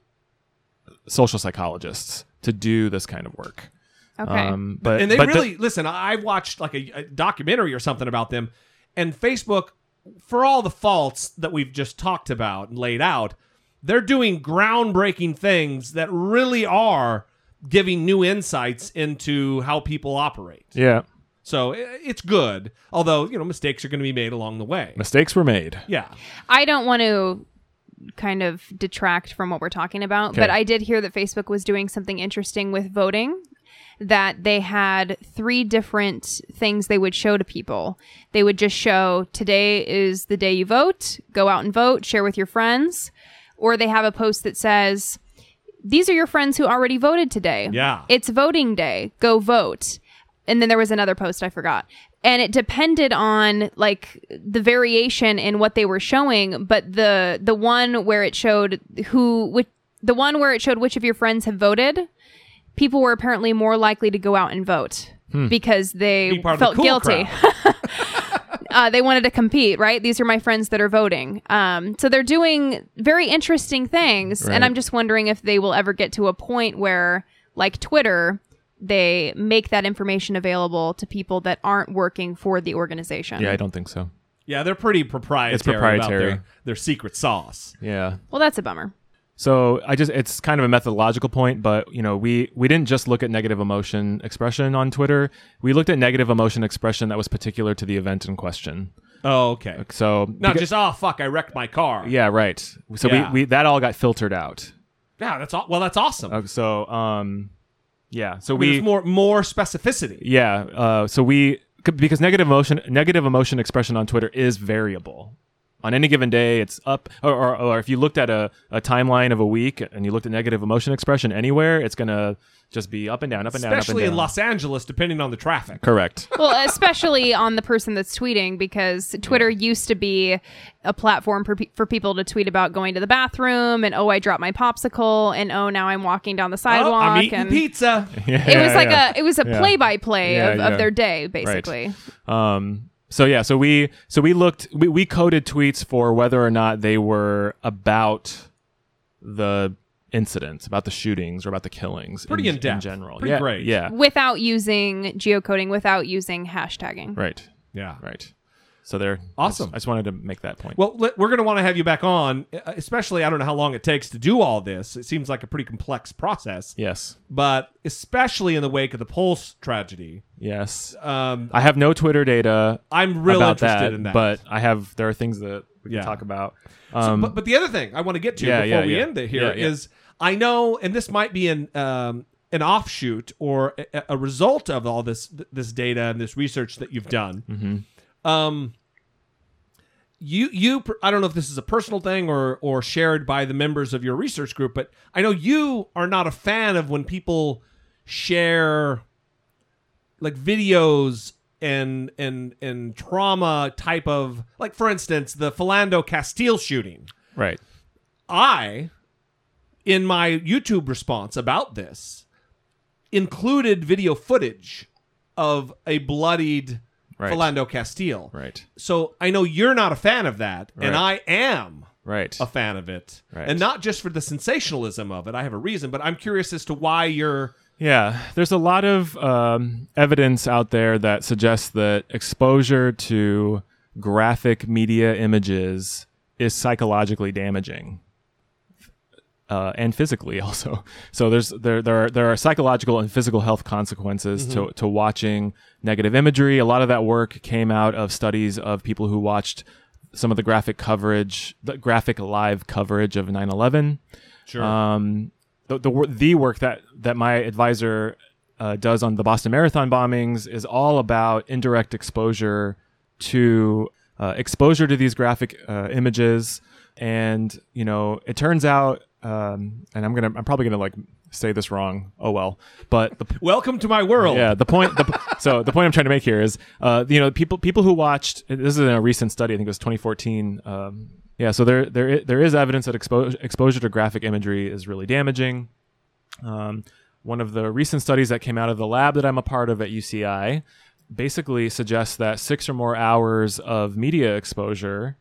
Speaker 4: social psychologists to do this kind of work.
Speaker 3: okay.
Speaker 4: Um, but
Speaker 2: and they
Speaker 4: but the-
Speaker 2: really listen. I I watched like a, a documentary or something about them, and Facebook, for all the faults that we've just talked about and laid out, they're doing groundbreaking things that really are giving new insights into how people operate.
Speaker 4: yeah,
Speaker 2: So i- it's good, although you know mistakes are going to be made along the way.
Speaker 4: mistakes were made.
Speaker 2: Yeah,
Speaker 3: I don't want to kind of detract from what we're talking about, but
Speaker 4: Okay.
Speaker 3: I did hear that Facebook was doing something interesting with voting. that they had three different things they would show to people. They would just show today is the day you vote, go out and vote, share with your friends, or they have a post that says these are your friends who already voted today.
Speaker 2: Yeah.
Speaker 3: It's voting day. Go vote. And then there was another post I forgot. And it depended on like the variation in what they were showing, but the the one where it showed who which the one where it showed which of your friends have voted, people were apparently more likely to go out and vote because they
Speaker 2: Hmm. Be part of the
Speaker 3: felt
Speaker 2: cool
Speaker 3: guilty. uh, they wanted to compete, right? These are my friends that are voting. Um, so they're doing very interesting things.
Speaker 4: Right.
Speaker 3: And I'm just wondering if they will ever get to a point where, like Twitter, they make that information available to people that aren't working for the organization.
Speaker 4: Yeah, I don't think so.
Speaker 2: Yeah, they're pretty proprietary,
Speaker 4: It's proprietary.
Speaker 2: about their, their secret sauce.
Speaker 4: Yeah.
Speaker 3: well, that's a bummer.
Speaker 4: So I just it's kind of a methodological point, but you know, we we didn't just look at negative emotion expression on Twitter. We looked at negative emotion expression that was particular to the event in question.
Speaker 2: Oh, okay.
Speaker 4: So
Speaker 2: Not
Speaker 4: beca-
Speaker 2: just oh fuck, I wrecked my car.
Speaker 4: yeah, right. So
Speaker 2: Yeah.
Speaker 4: we, we that all got filtered out.
Speaker 2: yeah, that's all. Well, that's awesome.
Speaker 4: Uh, So um yeah, so
Speaker 2: I mean,
Speaker 4: we
Speaker 2: there's more more specificity.
Speaker 4: yeah, uh, so we c- because negative emotion negative emotion expression on Twitter is variable. On any given day, it's up, or, or, or if you looked at a, a timeline of a week and you looked at negative emotion expression anywhere, it's gonna just be up and down, up and down, up and
Speaker 2: Especially in
Speaker 4: down.
Speaker 2: Los Angeles, depending on the traffic.
Speaker 4: Correct.
Speaker 3: well, especially on the person that's tweeting, because Twitter used to be a platform for, pe- for people to tweet about going to the bathroom and oh, I dropped my popsicle and oh, now I'm walking down
Speaker 2: Oh,
Speaker 3: the sidewalk.
Speaker 2: I'm eating
Speaker 3: and
Speaker 2: pizza.
Speaker 3: It was like
Speaker 4: yeah.
Speaker 3: a it was a
Speaker 4: Yeah.
Speaker 3: play by play
Speaker 4: Yeah,
Speaker 3: of
Speaker 4: yeah.
Speaker 3: of their day, basically.
Speaker 4: Um, so yeah, so we so we looked we, we coded tweets for whether or not they were about the incidents, about the shootings or about the killings.
Speaker 2: Pretty
Speaker 4: in,
Speaker 2: in-depth.
Speaker 4: general.
Speaker 2: Pretty
Speaker 4: yeah,
Speaker 2: great.
Speaker 4: Yeah.
Speaker 3: Without using geocoding, without using hashtagging.
Speaker 4: Right.
Speaker 2: Yeah.
Speaker 4: Right. So they're
Speaker 2: Awesome.
Speaker 4: I just wanted to make that point.
Speaker 2: Well, let- we're going to want to have you back on, uh, especially I don't know how long it takes to do all this. It seems like a pretty complex process,
Speaker 4: yes.
Speaker 2: but especially in the wake of the Pulse tragedy,
Speaker 4: Yes.
Speaker 2: um,
Speaker 4: I have no Twitter data
Speaker 2: I'm real
Speaker 4: about
Speaker 2: interested
Speaker 4: that,
Speaker 2: in that.
Speaker 4: but I have there are things that we
Speaker 2: Yeah.
Speaker 4: can talk about.
Speaker 2: So-
Speaker 4: Um,
Speaker 2: but, but the other thing I want to get to
Speaker 4: Yeah,
Speaker 2: before
Speaker 4: yeah,
Speaker 2: we
Speaker 4: yeah.
Speaker 2: end it here is
Speaker 4: Yeah, yeah.
Speaker 2: I know, and this might be an um, an offshoot or a, a result of all this this data and this research that you've done.
Speaker 4: Mm-hmm.
Speaker 2: Um, you you per- I don't know if this is a personal thing or or shared by the members of your research group, but I know you are not a fan of when people share like videos and and and trauma type of like for instance the Philando Castile shooting.
Speaker 4: right.
Speaker 2: I, in my YouTube response about this, included video footage of a bloodied
Speaker 4: Right.
Speaker 2: Philando Castile.
Speaker 4: Right.
Speaker 2: So I know you're not a fan of that, and I
Speaker 4: Right.
Speaker 2: am
Speaker 4: Right.
Speaker 2: a fan of it.
Speaker 4: Right.
Speaker 2: And not just for the sensationalism of it. I have a reason, but I'm curious as to why you're.
Speaker 4: Yeah, there's a lot of um, evidence out there that suggests that exposure to graphic media images is psychologically damaging, uh, and physically also. So there's there there are, there are psychological and physical health consequences to to watching negative imagery. A lot of that work came out of studies of people who watched some of the graphic coverage, the graphic live coverage of 9/11
Speaker 2: Sure.
Speaker 4: um, the, the wor- the work that that my advisor uh, does on the Boston Marathon bombings is all about indirect exposure to uh, exposure to these graphic uh, images, and you know it turns out, um, and I'm gonna I'm probably gonna like say this wrong. Oh well, but the
Speaker 2: Welcome to my world.
Speaker 4: yeah, the point. The, so the point I'm trying to make here is, uh, you know, people people who watched this is in a recent study. I think it was 2014. Um, yeah, so there there i- there is evidence that exposure exposure to graphic imagery is really damaging. Um, one of the recent studies that came out of the lab that I'm a part of at UCI basically suggests that six or more hours of media exposure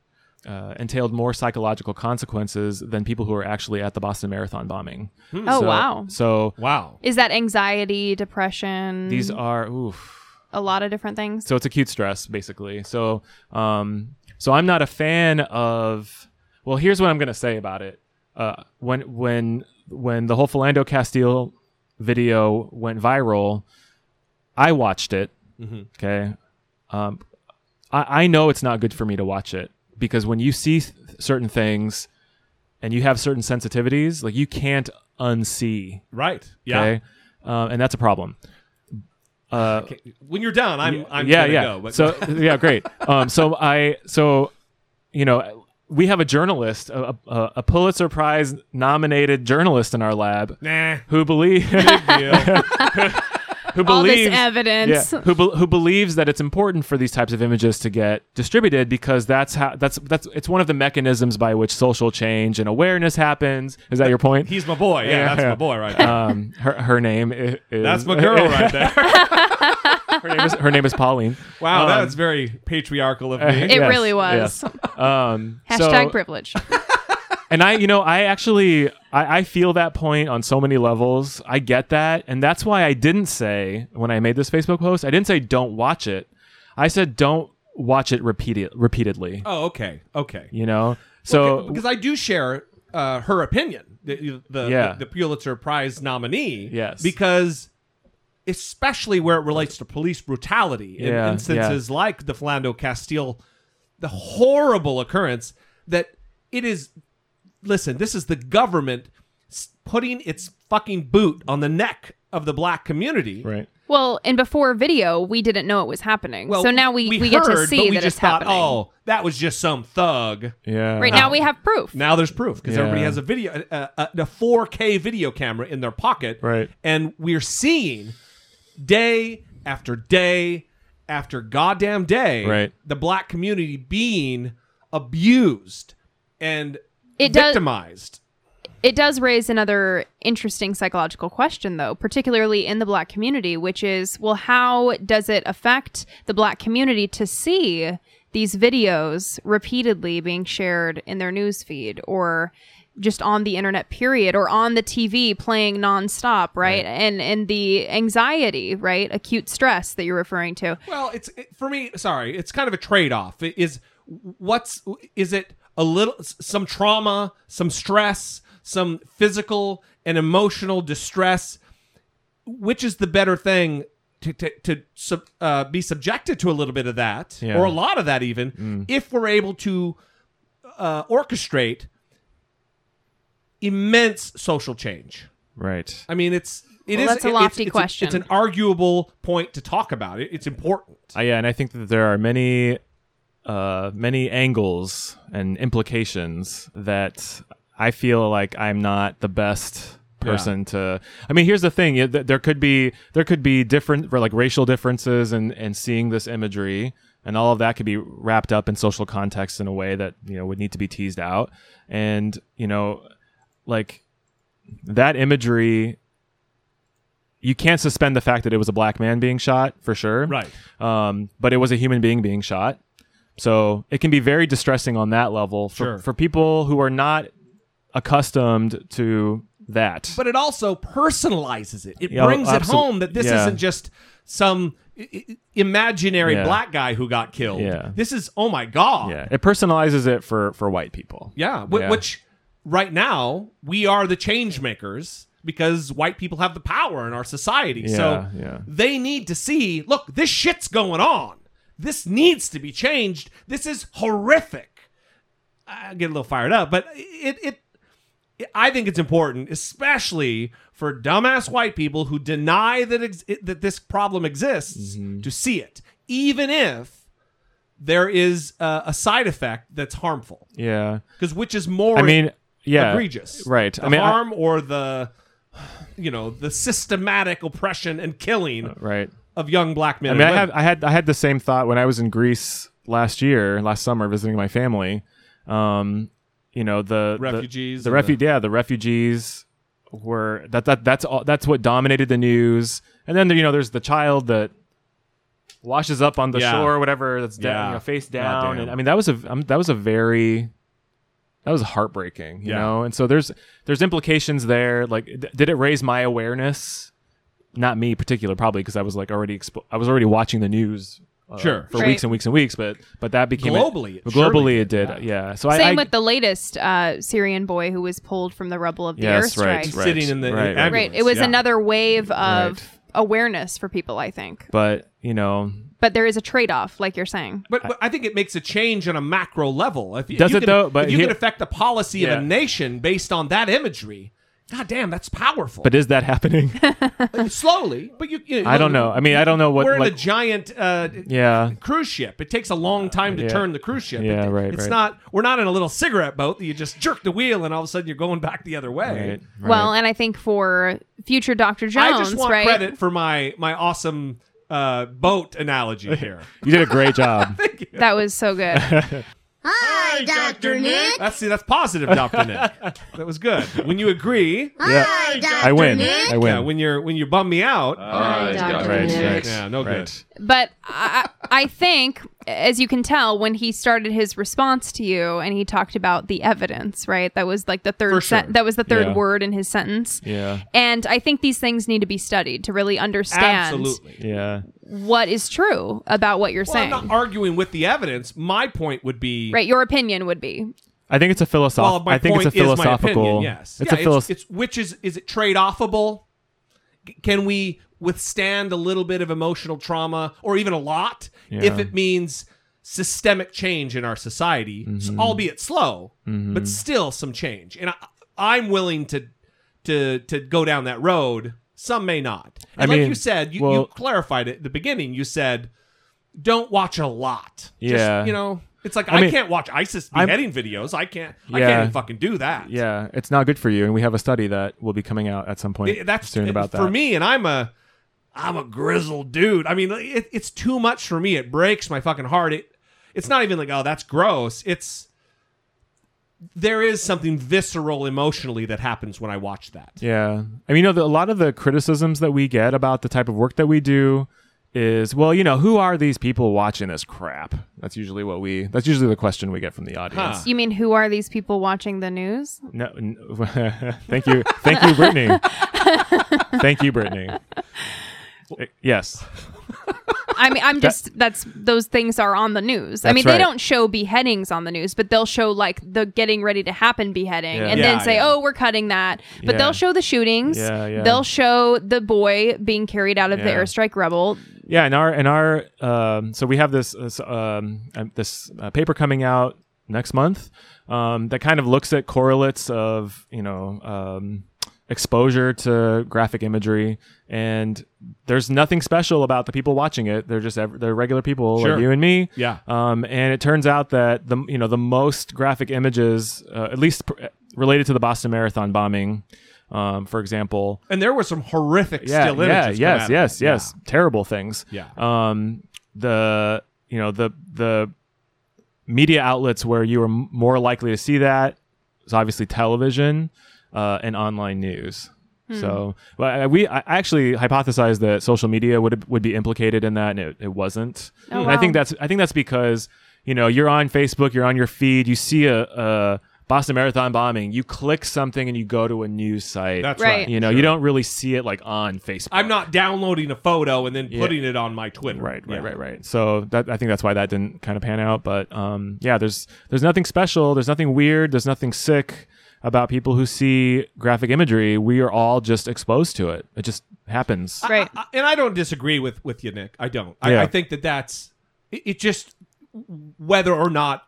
Speaker 4: uh, entailed more psychological consequences than people who were actually at the Boston Marathon bombing.
Speaker 3: Oh
Speaker 4: So-
Speaker 3: wow.
Speaker 4: So
Speaker 2: Wow.
Speaker 3: Is that anxiety, depression,
Speaker 4: these are oof.
Speaker 3: a lot of different things?
Speaker 4: So it's acute stress, basically. So, um, so I'm not a fan of. Well, here's what I'm gonna say about it. Uh, when when when the whole Philando Castile video went viral, I watched it. Okay, um, I, I know it's not good for me to watch it because when you see th- certain things and you have certain sensitivities, like you can't unsee
Speaker 2: Right. Yeah.
Speaker 4: Okay. Um, and that's a problem. Uh,
Speaker 2: When you're done, I'm I'm
Speaker 4: yeah,
Speaker 2: gonna
Speaker 4: yeah.
Speaker 2: go. But
Speaker 4: So yeah, great. Um, so I so you know we have a journalist, a, a, a Pulitzer Prize nominated journalist in our lab
Speaker 2: nah,
Speaker 4: who believe who
Speaker 3: All
Speaker 4: believes
Speaker 3: this evidence.
Speaker 4: yeah, who be- who believes that it's important for these types of images to get distributed because that's how that's that's it's one of the mechanisms by which social change and awareness happens. Is that your point?
Speaker 2: he's my boy. Yeah, that's
Speaker 4: yeah.
Speaker 2: my boy right there.
Speaker 4: um, her her name i- is
Speaker 2: that's my girl right there.
Speaker 4: Her name is, her name is Pauline.
Speaker 2: Wow,
Speaker 4: Um,
Speaker 2: that's very patriarchal of me.
Speaker 3: It
Speaker 4: yes,
Speaker 3: really was.
Speaker 4: yes. Um, so-
Speaker 3: Hashtag privilege.
Speaker 4: and I, you know, I actually, I, I feel that point on so many levels. I get that, and that's why I didn't say when I made this Facebook post, I didn't say don't watch it. I said don't watch it repeated repeatedly.
Speaker 2: oh, okay, okay.
Speaker 4: You know, so
Speaker 2: Okay, because I do share uh, her opinion, the the,
Speaker 4: Yeah.
Speaker 2: the Pulitzer Prize nominee.
Speaker 4: Yes.
Speaker 2: because especially where it relates to police brutality in
Speaker 4: Yeah,
Speaker 2: instances like the Philando Castile, the horrible occurrence that it is. Listen, this is the government s- putting its fucking boot on the neck of the black community.
Speaker 4: right,
Speaker 3: well, and before video, we didn't know it was happening. so now we, we, get
Speaker 2: heard,
Speaker 3: to
Speaker 2: but
Speaker 3: see
Speaker 2: we
Speaker 3: that
Speaker 2: just
Speaker 3: it's
Speaker 2: thought,
Speaker 3: happening.
Speaker 2: Oh, that was just some thug.
Speaker 4: yeah,
Speaker 3: right now we have proof.
Speaker 2: Now there's proof because
Speaker 4: Yeah.
Speaker 2: everybody has a video, a, a, a 4K video camera in their pocket,
Speaker 4: Right.
Speaker 2: And we're seeing day after day after goddamn day,
Speaker 4: Right.
Speaker 2: The black community being abused and
Speaker 3: It does-
Speaker 2: victimized.
Speaker 3: It does raise another interesting psychological question, though, particularly in the black community, which is well, how does it affect the black community to see these videos repeatedly being shared in their newsfeed or just on the internet period or on the TV playing nonstop, right? And and the anxiety, right? Acute stress that you're referring to.
Speaker 2: Well, it's it, for me. Sorry, it's kind of a trade-off. It is what's is it a little s- some trauma, some stress, some physical and emotional distress? Which is the better thing to to, to sub, uh, be subjected to a little bit of that
Speaker 4: Yeah.
Speaker 2: or a lot of that even if we're able to uh, orchestrate immense social change.
Speaker 4: right.
Speaker 2: I mean, it's it is
Speaker 3: Well, that's a
Speaker 2: it- it's-
Speaker 3: lofty
Speaker 2: it's
Speaker 3: question.
Speaker 2: it's an arguable point to talk about. It, it's important.
Speaker 4: Uh, yeah, and I think that there are many, uh, many angles and implications that I feel like I'm not the best person to. I mean, here's the thing: yeah, th- there could be there could be different like racial differences and and seeing this imagery. And all of that could be wrapped up in social context in a way that you know would need to be teased out, and you know, like that imagery you can't suspend the fact that it was a black man being shot for sure
Speaker 2: Right.
Speaker 4: um, but it was a human being being shot so it can be very distressing on that level for,
Speaker 2: Sure.
Speaker 4: for people who are not accustomed to that
Speaker 2: but it also personalizes it. It
Speaker 4: Yeah,
Speaker 2: brings it
Speaker 4: absol-
Speaker 2: home that this
Speaker 4: yeah.
Speaker 2: isn't just some i- i- imaginary
Speaker 4: Yeah.
Speaker 2: black guy who got killed.
Speaker 4: Yeah.
Speaker 2: This is oh my god.
Speaker 4: yeah it personalizes it for for white people
Speaker 2: Yeah, whi-
Speaker 4: Yeah.
Speaker 2: which right now we are the change makers because white people have the power in our society. so
Speaker 4: Yeah, yeah.
Speaker 2: they need to see, look, this shit's going on. This needs to be changed. This is horrific. I get a little fired up, but it it, it I think it's important, especially for dumbass white people who deny that ex- it- that this problem exists
Speaker 4: Mm-hmm.
Speaker 2: to see it, even if there is uh, a side effect that's harmful
Speaker 4: yeah
Speaker 2: because which is more
Speaker 4: i mean yeah
Speaker 2: egregious
Speaker 4: right
Speaker 2: the
Speaker 4: i mean I-
Speaker 2: harm or the you know the systematic oppression and killing
Speaker 4: right
Speaker 2: of young black men
Speaker 4: Uh, I mean,
Speaker 2: and
Speaker 4: I,
Speaker 2: women.
Speaker 4: have, I had I had the same thought when I was in Greece last year, last summer, visiting my family. Um, you know the the-
Speaker 2: Refugees
Speaker 4: the,
Speaker 2: and
Speaker 4: refu- yeah, the refugees were that that that's all that's what dominated the news. And then you know, there's the child that washes up on the
Speaker 2: Yeah.
Speaker 4: shore, whatever, that's down,
Speaker 2: Yeah.
Speaker 4: you know, face
Speaker 2: Goddamn.
Speaker 4: down. And I mean, that was a um, that was a very that was heartbreaking, you
Speaker 2: Yeah.
Speaker 4: know. And so there's there's implications there. Like, d- did it raise my awareness? not me particular probably because I was like already expo- I was already watching the news uh,
Speaker 2: Sure.
Speaker 4: for
Speaker 3: Right.
Speaker 4: weeks and weeks and weeks but but that became a-
Speaker 2: Globally, it surely
Speaker 4: globally it did yeah, so I, I
Speaker 3: Same with the latest uh, Syrian boy who was pulled from the rubble of the
Speaker 4: Yes,
Speaker 3: airstrike.
Speaker 4: right, right.
Speaker 2: sitting in the
Speaker 4: Right, right.
Speaker 3: Right.
Speaker 2: ambulance.
Speaker 3: It was
Speaker 2: Yeah.
Speaker 3: another wave of
Speaker 4: Right.
Speaker 3: awareness for people, I think.
Speaker 4: but you know
Speaker 3: But there is a trade off, like you're saying.
Speaker 2: But, but I think it makes a change on a macro level. If, you-
Speaker 4: Does
Speaker 2: you
Speaker 4: it
Speaker 2: can,
Speaker 4: though? But
Speaker 2: if you
Speaker 4: here-
Speaker 2: can affect the policy
Speaker 4: Yeah.
Speaker 2: of a nation based on that imagery, God damn, that's powerful.
Speaker 4: But is that happening?
Speaker 2: slowly, but you, you
Speaker 4: I don't know. I mean, I don't know what.
Speaker 2: we're in
Speaker 4: like,
Speaker 2: a giant uh,
Speaker 4: yeah,
Speaker 2: cruise ship. It takes a long time to
Speaker 4: Yeah.
Speaker 2: turn the cruise ship.
Speaker 4: Yeah,
Speaker 2: It-
Speaker 4: right,
Speaker 2: It's
Speaker 4: right.
Speaker 2: not. We're not in a little cigarette boat that you just jerk the wheel and all of a sudden you're going back the other way.
Speaker 4: Right, right.
Speaker 3: Well, and I think for future Dr. Jones,
Speaker 2: I just want
Speaker 3: right?
Speaker 2: credit for my my awesome uh, boat analogy here.
Speaker 4: you did a great job.
Speaker 3: That was so good.
Speaker 5: Hi, Dr. Nick.
Speaker 2: That's see, that's positive, Doctor Nick. That was good. When you agree,
Speaker 4: yeah,
Speaker 5: Hi, Dr.
Speaker 4: I win.
Speaker 5: Nick.
Speaker 4: I win.
Speaker 2: yeah, when you're when you bum me out,
Speaker 4: right, right.
Speaker 2: yeah, no good.
Speaker 4: Right.
Speaker 3: But I, I think, as you can tell, when he started his response to you, and he talked about the evidence, right? That was like the third.
Speaker 2: For sure.
Speaker 3: sen- that was the third
Speaker 4: Yeah.
Speaker 3: word in his sentence.
Speaker 4: Yeah.
Speaker 3: And I think these things need to be studied to really understand
Speaker 2: Absolutely.
Speaker 4: Yeah.
Speaker 3: what is true about what you're
Speaker 2: Well, I'm
Speaker 3: saying.
Speaker 2: not arguing with the evidence. My point would be
Speaker 3: right? Your opinion would be
Speaker 4: I think it's a
Speaker 2: Well,
Speaker 4: philosophical.
Speaker 2: my
Speaker 4: I think
Speaker 2: point
Speaker 4: it's a philosophical.
Speaker 2: Is my opinion, yes,
Speaker 4: It's
Speaker 2: yeah,
Speaker 4: a philosophical.
Speaker 2: It's, which is is it trade offable? Can we withstand a little bit of emotional trauma, or even a lot, if
Speaker 4: Yeah.
Speaker 2: it means systemic change in our society, s-
Speaker 4: Mm-hmm.
Speaker 2: albeit slow, but still some change? And I, I'm willing to to to go down that road. Some may not.
Speaker 4: I
Speaker 2: And like
Speaker 4: mean,
Speaker 2: you said, you, you
Speaker 4: well-
Speaker 2: clarified it at the beginning. You said, "Don't watch a lot."
Speaker 4: Yeah.
Speaker 2: Just, you know. It's like I,
Speaker 4: I mean,
Speaker 2: can't watch ISIS
Speaker 4: I'm-
Speaker 2: beheading videos. I can't. I
Speaker 4: Yeah.
Speaker 2: can't even fucking do that.
Speaker 4: yeah, it's not good for you, and we have a study that will be coming out at some point
Speaker 2: It- that's
Speaker 4: soon about that.
Speaker 2: for me, and I'm a, I'm a grizzled dude. I mean, it, it's too much for me. It breaks my fucking heart. It, it's not even like oh that's gross. It's there is something visceral emotionally that happens when I watch that.
Speaker 4: Yeah. I mean, you know, the, a lot of the criticisms that we get about the type of work that we do is, well, you know, who are these people watching this crap? That's usually what we, that's usually the question we get from the audience.
Speaker 2: Huh.
Speaker 3: you mean who are these people watching the news?
Speaker 4: No, n- thank you. Thank you, Brittany. thank you, Brittany. Uh, Yes.
Speaker 3: I mean, I'm just that's those things are on the news. I
Speaker 4: That's
Speaker 3: mean,
Speaker 4: right.
Speaker 3: they don't show beheadings on the news, but they'll show like the getting ready to happen beheading,
Speaker 4: Yeah.
Speaker 3: and
Speaker 2: Yeah,
Speaker 3: then say,
Speaker 2: yeah.
Speaker 3: "Oh, we're cutting that." But
Speaker 4: Yeah.
Speaker 3: they'll show the shootings.
Speaker 4: Yeah, yeah.
Speaker 3: They'll show the boy being carried out of the
Speaker 4: Yeah.
Speaker 3: airstrike rebel.
Speaker 4: Yeah, and our and our um, so we have this this, um, uh, this uh, paper coming out next month um, that kind of looks at correlates of you know um, exposure to graphic imagery, and there's nothing special about the people watching it. They're just ev- they're regular people
Speaker 2: Sure.
Speaker 4: like you and me.
Speaker 2: Yeah.
Speaker 4: Um, and it turns out that the you know the most graphic images, uh, at least pr- related to the Boston Marathon bombing, um, for example,
Speaker 2: And there were some horrific still
Speaker 4: yeah,
Speaker 2: images. come out
Speaker 4: yes,
Speaker 2: of
Speaker 4: yes,
Speaker 2: it.
Speaker 4: yes. Terrible things.
Speaker 2: Yeah.
Speaker 4: Um, the you know the the media outlets where you are m- more likely to see that is obviously television uh, and online news. So, well, I, we I actually hypothesized that social media would would be implicated in that, and it, it wasn't. and I
Speaker 3: wow.
Speaker 4: think that's I think that's because you know you're on Facebook, you're on your feed, you see a, a Boston Marathon bombing, you click something, and you go to a news site.
Speaker 2: That's
Speaker 3: Right.
Speaker 2: right.
Speaker 4: You know, you don't really see it like on Facebook.
Speaker 2: I'm not downloading a photo and then
Speaker 4: Yeah.
Speaker 2: putting it on my Twitter.
Speaker 4: Right, right,
Speaker 2: Yeah.
Speaker 4: right, right. So that I think that's why that didn't kind of pan out. But um, yeah, there's there's nothing special. There's nothing weird. There's nothing sick about people who see graphic imagery. We are all just exposed to it. It just happens.
Speaker 3: Right.
Speaker 2: I- and I don't disagree with with you, Nick. I don't. I,
Speaker 4: Yeah.
Speaker 2: I think that that's it, it. Just whether or not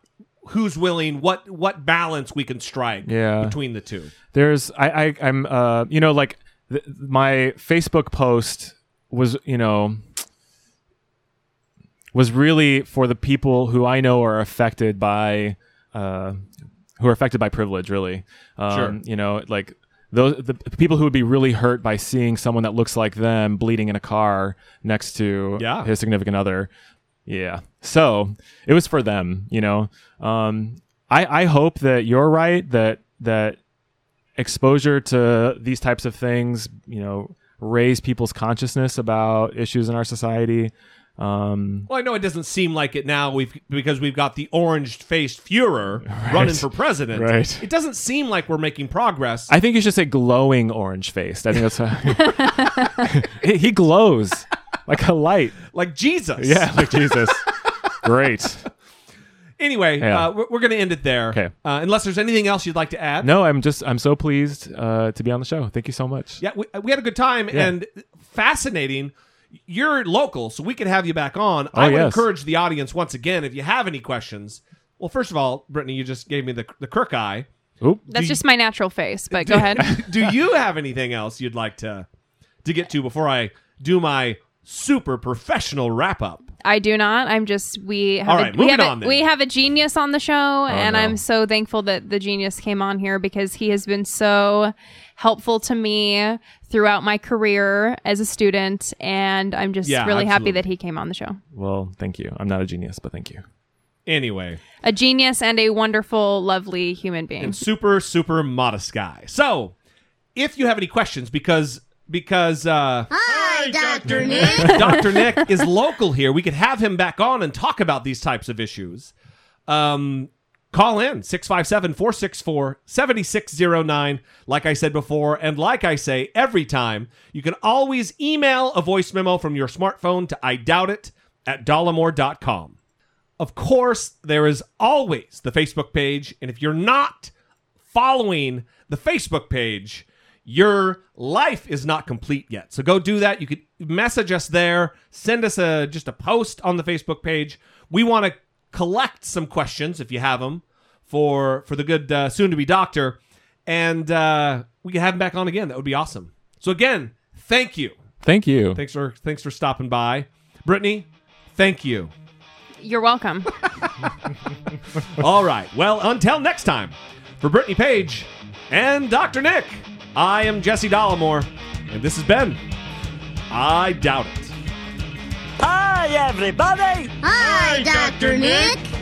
Speaker 2: who's willing, what what balance we can strike
Speaker 4: Yeah.
Speaker 2: between the two.
Speaker 4: there's I, I I'm uh you know like th- my Facebook post was you know was really for the people who I know are affected by uh who are affected by privilege really um
Speaker 2: Sure.
Speaker 4: you know like those the people who would be really hurt by seeing someone that looks like them bleeding in a car next to
Speaker 2: Yeah.
Speaker 4: his significant other yeah. So it was for them, you know. Um, I I hope that you're right that that exposure to these types of things, you know, raise people's consciousness about issues in our society. Um,
Speaker 2: Well, I know it doesn't seem like it now. We've because we've got the orange faced Fuhrer running for president.
Speaker 4: Right.
Speaker 2: It doesn't seem like we're making progress.
Speaker 4: I think you should say glowing orange faced. I think that's how he, he glows like a light.
Speaker 2: like Jesus.
Speaker 4: Yeah, like Jesus. Great.
Speaker 2: Anyway,
Speaker 4: Yeah.
Speaker 2: uh, we're, we're going to end it there.
Speaker 4: Okay.
Speaker 2: Uh, unless there's anything else you'd like to add.
Speaker 4: No, I'm just I'm so pleased uh, to be on the show. Thank you so much.
Speaker 2: Yeah, we, we had a good time
Speaker 4: Yeah.
Speaker 2: and fascinating. You're local, so we could have you back on. I
Speaker 4: Oh,
Speaker 2: would
Speaker 4: yes.
Speaker 2: encourage the audience once again if you have any questions. Well, first of all, Brittany, you just gave me the the crook eye.
Speaker 4: Oop.
Speaker 3: That's
Speaker 2: Do
Speaker 3: just my natural face, but go ahead.
Speaker 2: do you have anything else you'd like to to get to before I do my super professional wrap up?
Speaker 3: I do not. I'm just we have
Speaker 2: All
Speaker 3: a-
Speaker 2: right,
Speaker 3: we
Speaker 2: moving
Speaker 3: have a,
Speaker 2: on then. Oh,
Speaker 3: we have a genius on the show, and
Speaker 4: no.
Speaker 3: I'm so thankful that the genius came on here because he has been so helpful to me throughout my career as a student, and I'm just
Speaker 2: Yeah,
Speaker 3: really happy
Speaker 2: absolutely.
Speaker 3: that he came on the show.
Speaker 4: Well, thank you. I'm not a genius, but thank you.
Speaker 2: Anyway,
Speaker 3: A genius and a wonderful, lovely human being.
Speaker 2: and super super modest guy. So, if you have any questions, because because uh,
Speaker 5: Hi, Dr. Nick.
Speaker 2: Dr. Nick is local here. We could have him back on and talk about these types of issues. Um, call in 657 464 7609. Like I said before, and like I say every time, you can always email a voice memo from your smartphone to I doubt it at dollamore.com. Of course, there is always the Facebook page. And if you're not following the Facebook page, your life is not complete yet. So go do that. You could message us there, send us a just a post on the Facebook page. We want to collect some questions if you have them for for the good uh, soon to be doctor, and uh, we can have him back on again. That would be awesome. So again, thank you.
Speaker 4: Thank you.
Speaker 2: Thanks for thanks for stopping by, Brittany. Thank you.
Speaker 3: You're welcome.
Speaker 2: All right. Well, until next time, for Brittany Page and Dr. Nick, I am Jesse Dollimore, and this has been I Doubt It.
Speaker 5: Hi, Dr. Nick.